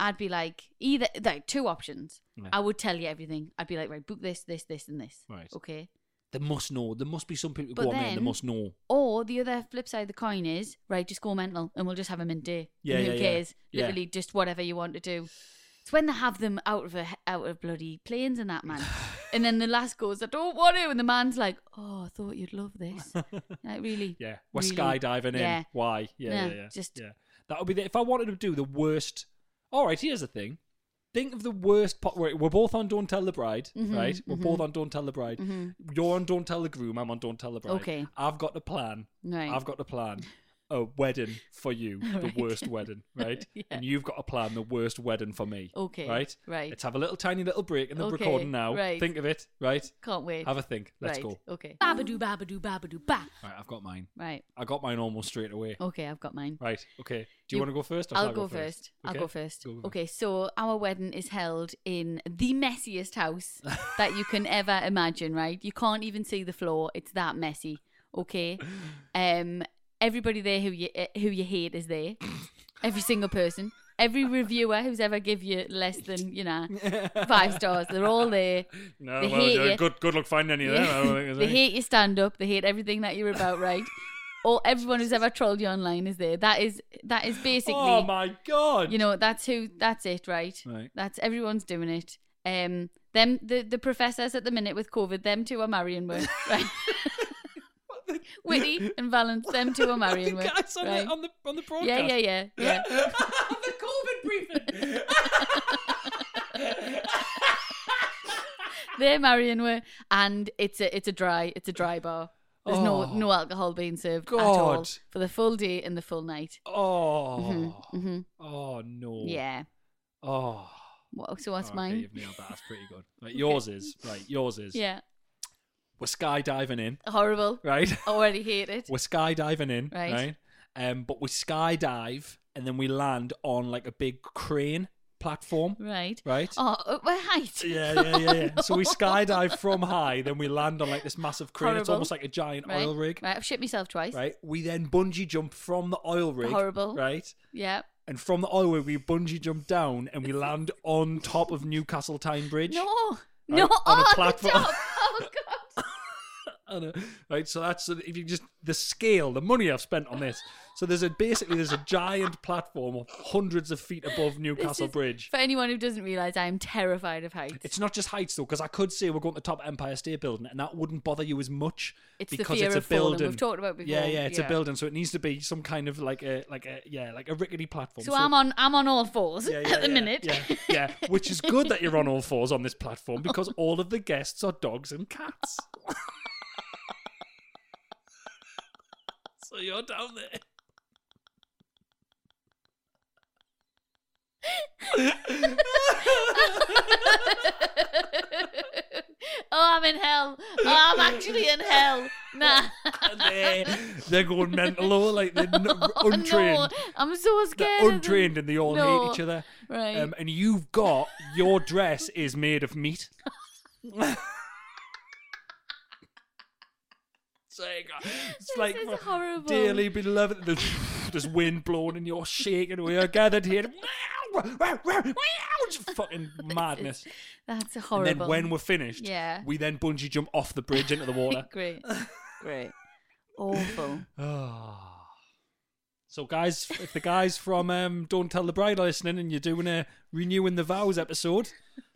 [SPEAKER 2] I'd be like either like two options.
[SPEAKER 3] Mm-hmm. Yeah.
[SPEAKER 2] I would tell you everything. I'd be like, right, book this, this, this, and this.
[SPEAKER 3] Right.
[SPEAKER 2] Okay.
[SPEAKER 3] There must know. There must be some people
[SPEAKER 2] But
[SPEAKER 3] go on there. and There
[SPEAKER 2] then-
[SPEAKER 3] must know.
[SPEAKER 2] Or the other flip side of the coin is right, just go mental and we'll just have a mint day.
[SPEAKER 3] Yeah,
[SPEAKER 2] and
[SPEAKER 3] yeah,
[SPEAKER 2] who
[SPEAKER 3] yeah.
[SPEAKER 2] cares?
[SPEAKER 3] Yeah.
[SPEAKER 2] Literally, just whatever you want to do. It's when they have them out of a, out of bloody planes and that man, and then the lass goes, "I don't want to," and the man's like, "Oh, I thought you'd love this." like really?
[SPEAKER 3] Yeah, we're
[SPEAKER 2] really?
[SPEAKER 3] skydiving in.
[SPEAKER 2] Yeah.
[SPEAKER 3] Why? Yeah, yeah,
[SPEAKER 2] Yeah,
[SPEAKER 3] yeah.
[SPEAKER 2] just-
[SPEAKER 3] yeah. That would be the, if I wanted to do the worst. All right, here's the thing. Think of the worst part. We're, we're both on Don't Tell the Bride,
[SPEAKER 2] Mm-hmm,
[SPEAKER 3] right? We're both on Don't Tell the Bride. You're on Don't Tell the Groom. I'm on Don't Tell the Bride.
[SPEAKER 2] Okay.
[SPEAKER 3] I've got the plan.
[SPEAKER 2] Right.
[SPEAKER 3] I've got the plan. A wedding for you,
[SPEAKER 2] Right.
[SPEAKER 3] the worst wedding, right?
[SPEAKER 2] Yeah.
[SPEAKER 3] And you've got a plan, the worst wedding for me.
[SPEAKER 2] Okay,
[SPEAKER 3] Right?
[SPEAKER 2] right.
[SPEAKER 3] Let's have a little tiny little break in the
[SPEAKER 2] Okay,
[SPEAKER 3] recording now.
[SPEAKER 2] right.
[SPEAKER 3] Think of it, right?
[SPEAKER 2] Can't wait.
[SPEAKER 3] Have a think. Let's
[SPEAKER 2] right.
[SPEAKER 3] go.
[SPEAKER 2] Okay. Babadoo, babadoo, babadoo, ba.
[SPEAKER 3] Right, I've got mine.
[SPEAKER 2] Right.
[SPEAKER 3] I got mine almost straight away.
[SPEAKER 2] Okay, I've got mine.
[SPEAKER 3] Right. Okay. Do you,
[SPEAKER 2] You-
[SPEAKER 3] want to go first? or shall
[SPEAKER 2] I'll
[SPEAKER 3] I
[SPEAKER 2] go first. I'll
[SPEAKER 3] Okay.
[SPEAKER 2] go first.
[SPEAKER 3] Go
[SPEAKER 2] Okay, so our wedding is held in the messiest house that you can ever imagine, right? You can't even see the floor. It's that messy. Okay. Um everybody there who you eh, who you hate is there. Every single person. Every reviewer who's ever give you less than, you know, five stars, they're all there.
[SPEAKER 3] No,
[SPEAKER 2] They
[SPEAKER 3] well,
[SPEAKER 2] hate
[SPEAKER 3] yeah,
[SPEAKER 2] you.
[SPEAKER 3] good good luck finding any of them. I don't think there's
[SPEAKER 2] they
[SPEAKER 3] any.
[SPEAKER 2] hate your stand up. They hate everything that you're about, right? All everyone who's ever trolled you online is there. That is that is basically
[SPEAKER 3] Oh my god.
[SPEAKER 2] you know that's who that's it right
[SPEAKER 3] Right.
[SPEAKER 2] that's everyone's doing it um them the the professors at the minute with covid them two are marrying work right Whitty and Valence, them two are marrying
[SPEAKER 3] the
[SPEAKER 2] work.
[SPEAKER 3] guys on,
[SPEAKER 2] right?
[SPEAKER 3] the, on the on the broadcast.
[SPEAKER 2] yeah, yeah, yeah, yeah.
[SPEAKER 3] the COVID briefing.
[SPEAKER 2] They're marrying work, and it's a it's a dry it's a dry bar. There's
[SPEAKER 3] Oh.
[SPEAKER 2] no no alcohol being served at all
[SPEAKER 3] God.
[SPEAKER 2] for the full day and the full night.
[SPEAKER 3] Oh.
[SPEAKER 2] mhm.
[SPEAKER 3] Oh no.
[SPEAKER 2] Yeah.
[SPEAKER 3] Oh.
[SPEAKER 2] What, so what's
[SPEAKER 3] Okay,
[SPEAKER 2] mine?
[SPEAKER 3] You've nailed that. That's pretty good. Right, yours is right. Yours is.
[SPEAKER 2] Yeah,
[SPEAKER 3] We're skydiving in.
[SPEAKER 2] horrible.
[SPEAKER 3] Right.
[SPEAKER 2] Already hate it.
[SPEAKER 3] We're skydiving in. Right.
[SPEAKER 2] Right.
[SPEAKER 3] Um, but we skydive and then we land on like a big crane platform.
[SPEAKER 2] Right.
[SPEAKER 3] Right.
[SPEAKER 2] Oh, uh, we're height.
[SPEAKER 3] Yeah, yeah, yeah, yeah. So we skydive from high, then we land on like this massive crane. It's
[SPEAKER 2] Horrible.
[SPEAKER 3] almost like a giant
[SPEAKER 2] right.
[SPEAKER 3] oil rig, right.
[SPEAKER 2] Right, I've shit myself twice.
[SPEAKER 3] We then bungee jump from the oil rig,
[SPEAKER 2] Horrible.
[SPEAKER 3] right?
[SPEAKER 2] Yeah.
[SPEAKER 3] And from the oil rig, we bungee jump down and we land on top of Newcastle Tyne Bridge.
[SPEAKER 2] No, no,
[SPEAKER 3] on a
[SPEAKER 2] oh, the
[SPEAKER 3] platform.
[SPEAKER 2] top. Oh god.
[SPEAKER 3] I know. uh, Right, so that's so if you just the scale, the money I've spent on this. So there's a basically there's a giant platform hundreds of feet above
[SPEAKER 2] This
[SPEAKER 3] Newcastle
[SPEAKER 2] is-
[SPEAKER 3] Bridge.
[SPEAKER 2] For anyone who doesn't realise, I am terrified of heights.
[SPEAKER 3] It's not just heights though, because I could say we're going to the top of Empire State Building, and that wouldn't bother you as much
[SPEAKER 2] It's the
[SPEAKER 3] because
[SPEAKER 2] fear
[SPEAKER 3] it's a
[SPEAKER 2] of falling.
[SPEAKER 3] building.
[SPEAKER 2] We've talked about before.
[SPEAKER 3] Yeah, yeah, it's a
[SPEAKER 2] Yeah.
[SPEAKER 3] building, so it needs to be some kind of like a like a yeah like a rickety platform.
[SPEAKER 2] so I'm on, I'm on all fours
[SPEAKER 3] yeah, yeah,
[SPEAKER 2] at the
[SPEAKER 3] yeah,
[SPEAKER 2] minute.
[SPEAKER 3] Yeah, yeah, which is good that you're on all fours on this platform because all of the guests are dogs and cats. so you're down there.
[SPEAKER 2] oh, I'm in hell. Oh, I'm actually in hell. Nah.
[SPEAKER 3] And they, they're going mental, oh, like they're n-
[SPEAKER 2] Oh,
[SPEAKER 3] untrained.
[SPEAKER 2] No, I'm so scared.
[SPEAKER 3] They're
[SPEAKER 2] of them.
[SPEAKER 3] untrained and they all hate
[SPEAKER 2] No.
[SPEAKER 3] each other.
[SPEAKER 2] Right.
[SPEAKER 3] Um, and you've got your dress is made of meat. so you got- it's like
[SPEAKER 2] is
[SPEAKER 3] my
[SPEAKER 2] horrible.
[SPEAKER 3] dearly beloved. There's, there's wind blowing and you're shaking. We are gathered here. It's fucking madness.
[SPEAKER 2] That's
[SPEAKER 3] And
[SPEAKER 2] horrible.
[SPEAKER 3] then when we're finished,
[SPEAKER 2] Yeah.
[SPEAKER 3] we then bungee jump off the bridge into the water.
[SPEAKER 2] great, great, awful.
[SPEAKER 3] So, guys, if the guys from um, Don't Tell the Bride are listening and you're doing a Renewing the Vows episode,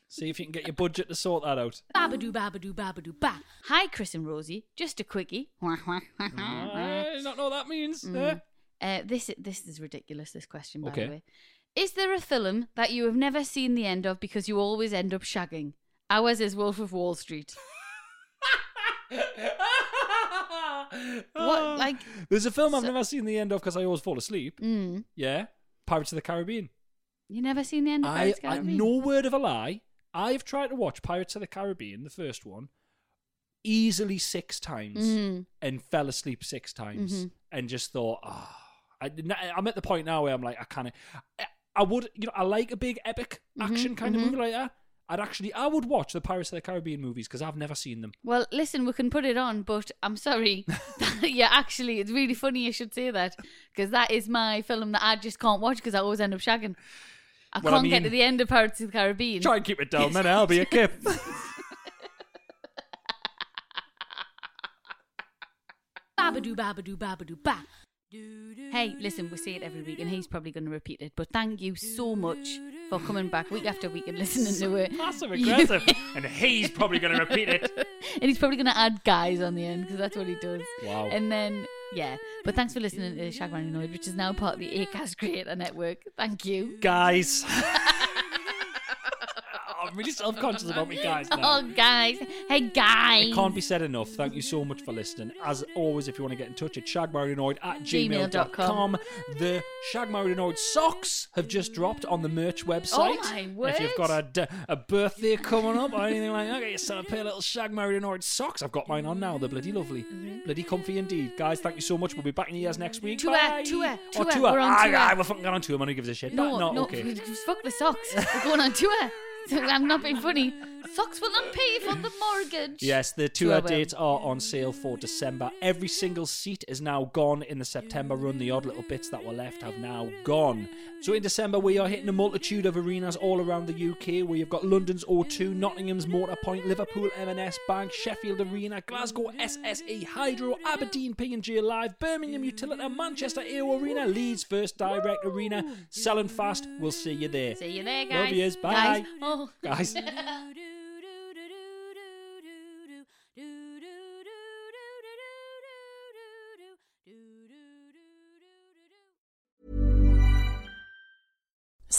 [SPEAKER 3] see if you can get your budget to sort that out.
[SPEAKER 2] Babadoo, babadoo, babadoo, ba. Hi, Chris and Rosie. Just a quickie.
[SPEAKER 3] I not know what that means. Eh?
[SPEAKER 2] Uh, this this is ridiculous. This question, by
[SPEAKER 3] Okay.
[SPEAKER 2] the way, is there a film that you have never seen the end of because you always end up shagging? Ours is Wolf of Wall Street. What, like-
[SPEAKER 3] eh? There's a film I've
[SPEAKER 2] So-
[SPEAKER 3] never seen the end of because I always fall asleep.
[SPEAKER 2] Mm.
[SPEAKER 3] Yeah, Pirates of the Caribbean.
[SPEAKER 2] You never seen the end of
[SPEAKER 3] I,
[SPEAKER 2] Pirates of the
[SPEAKER 3] I
[SPEAKER 2] Caribbean?
[SPEAKER 3] no word of a lie. I've tried to watch Pirates of the Caribbean, the first one, easily six times
[SPEAKER 2] Mm-hmm.
[SPEAKER 3] and fell asleep six times and just thought, ah. I, am at the point now where I'm like, I can't. I, I would, you know, I like a big epic
[SPEAKER 2] Mm-hmm,
[SPEAKER 3] action kind of movie like that. I'd actually, I would watch the Pirates of the Caribbean movies because I've never seen them.
[SPEAKER 2] Well, listen, we can put it on, but I'm sorry. yeah, actually, it's really funny you should say that because that is my film that I just can't watch because I always end up shagging. I
[SPEAKER 3] Well, I
[SPEAKER 2] can't get
[SPEAKER 3] mean-
[SPEAKER 2] to the end of Pirates of the Caribbean.
[SPEAKER 3] Try and keep it down, then I'll be a kip.
[SPEAKER 2] Babadoo, babadoo, babadoo, ba. Hey, listen, we say it every week, and he's probably going to repeat it. But thank you so much for coming back week after week and listening to it.
[SPEAKER 3] Passive aggressive, and he's probably going to repeat it.
[SPEAKER 2] and he's probably going to add guys on the end because that's what he does.
[SPEAKER 3] Wow.
[SPEAKER 2] And then, yeah. But thanks for listening to Shagman Annoyed, which is now part of the ACAS Creator Network. Thank you.
[SPEAKER 3] Guys, I'm really self-conscious about me, guys. Now.
[SPEAKER 2] Oh, guys. Hey, guys.
[SPEAKER 3] It can't be said enough. Thank you so much for listening. As always, if you want to get in touch, it's shagmarinoid at gmail.com.
[SPEAKER 2] gmail.com.
[SPEAKER 3] The Shagmarinoid socks have just dropped on the merch website.
[SPEAKER 2] Oh, my
[SPEAKER 3] If you've got a, d- a birthday coming up or anything like that, get yourself a pair of little Shagmarinoid socks. I've got mine on now. They're bloody lovely. Bloody comfy indeed. Guys, thank you so much. We'll be back in your ears next week.
[SPEAKER 2] Tour,
[SPEAKER 3] Bye.
[SPEAKER 2] tour,
[SPEAKER 3] Oh,
[SPEAKER 2] tour.
[SPEAKER 3] tour.
[SPEAKER 2] We're on
[SPEAKER 3] Ah,
[SPEAKER 2] tour.
[SPEAKER 3] ah, we're fucking going on tour. Money gives a shit.
[SPEAKER 2] No,
[SPEAKER 3] That- not
[SPEAKER 2] no,
[SPEAKER 3] okay.
[SPEAKER 2] fuck the socks. We're going on tour. I'm not being funny. Socks will not pay for the mortgage. um,
[SPEAKER 3] Yes, the
[SPEAKER 2] Tour
[SPEAKER 3] tour
[SPEAKER 2] will.
[SPEAKER 3] dates are on sale for December. Every single seat is now gone in the September run. The odd little bits that were left have now gone. So in December, we are hitting a multitude of arenas all around the UK. Where you've got London's O2, Nottingham's Motor Point, Liverpool M&S Bank, Sheffield Arena, Glasgow SSE Hydro, Aberdeen P&G Live, Birmingham Utilita, Manchester AO Arena, Leeds First Direct Arena. Selling fast. We'll see you there.
[SPEAKER 2] See you there,
[SPEAKER 3] Love
[SPEAKER 2] guys.
[SPEAKER 3] yous. Bye.
[SPEAKER 2] Guys. Oh.
[SPEAKER 3] Guys.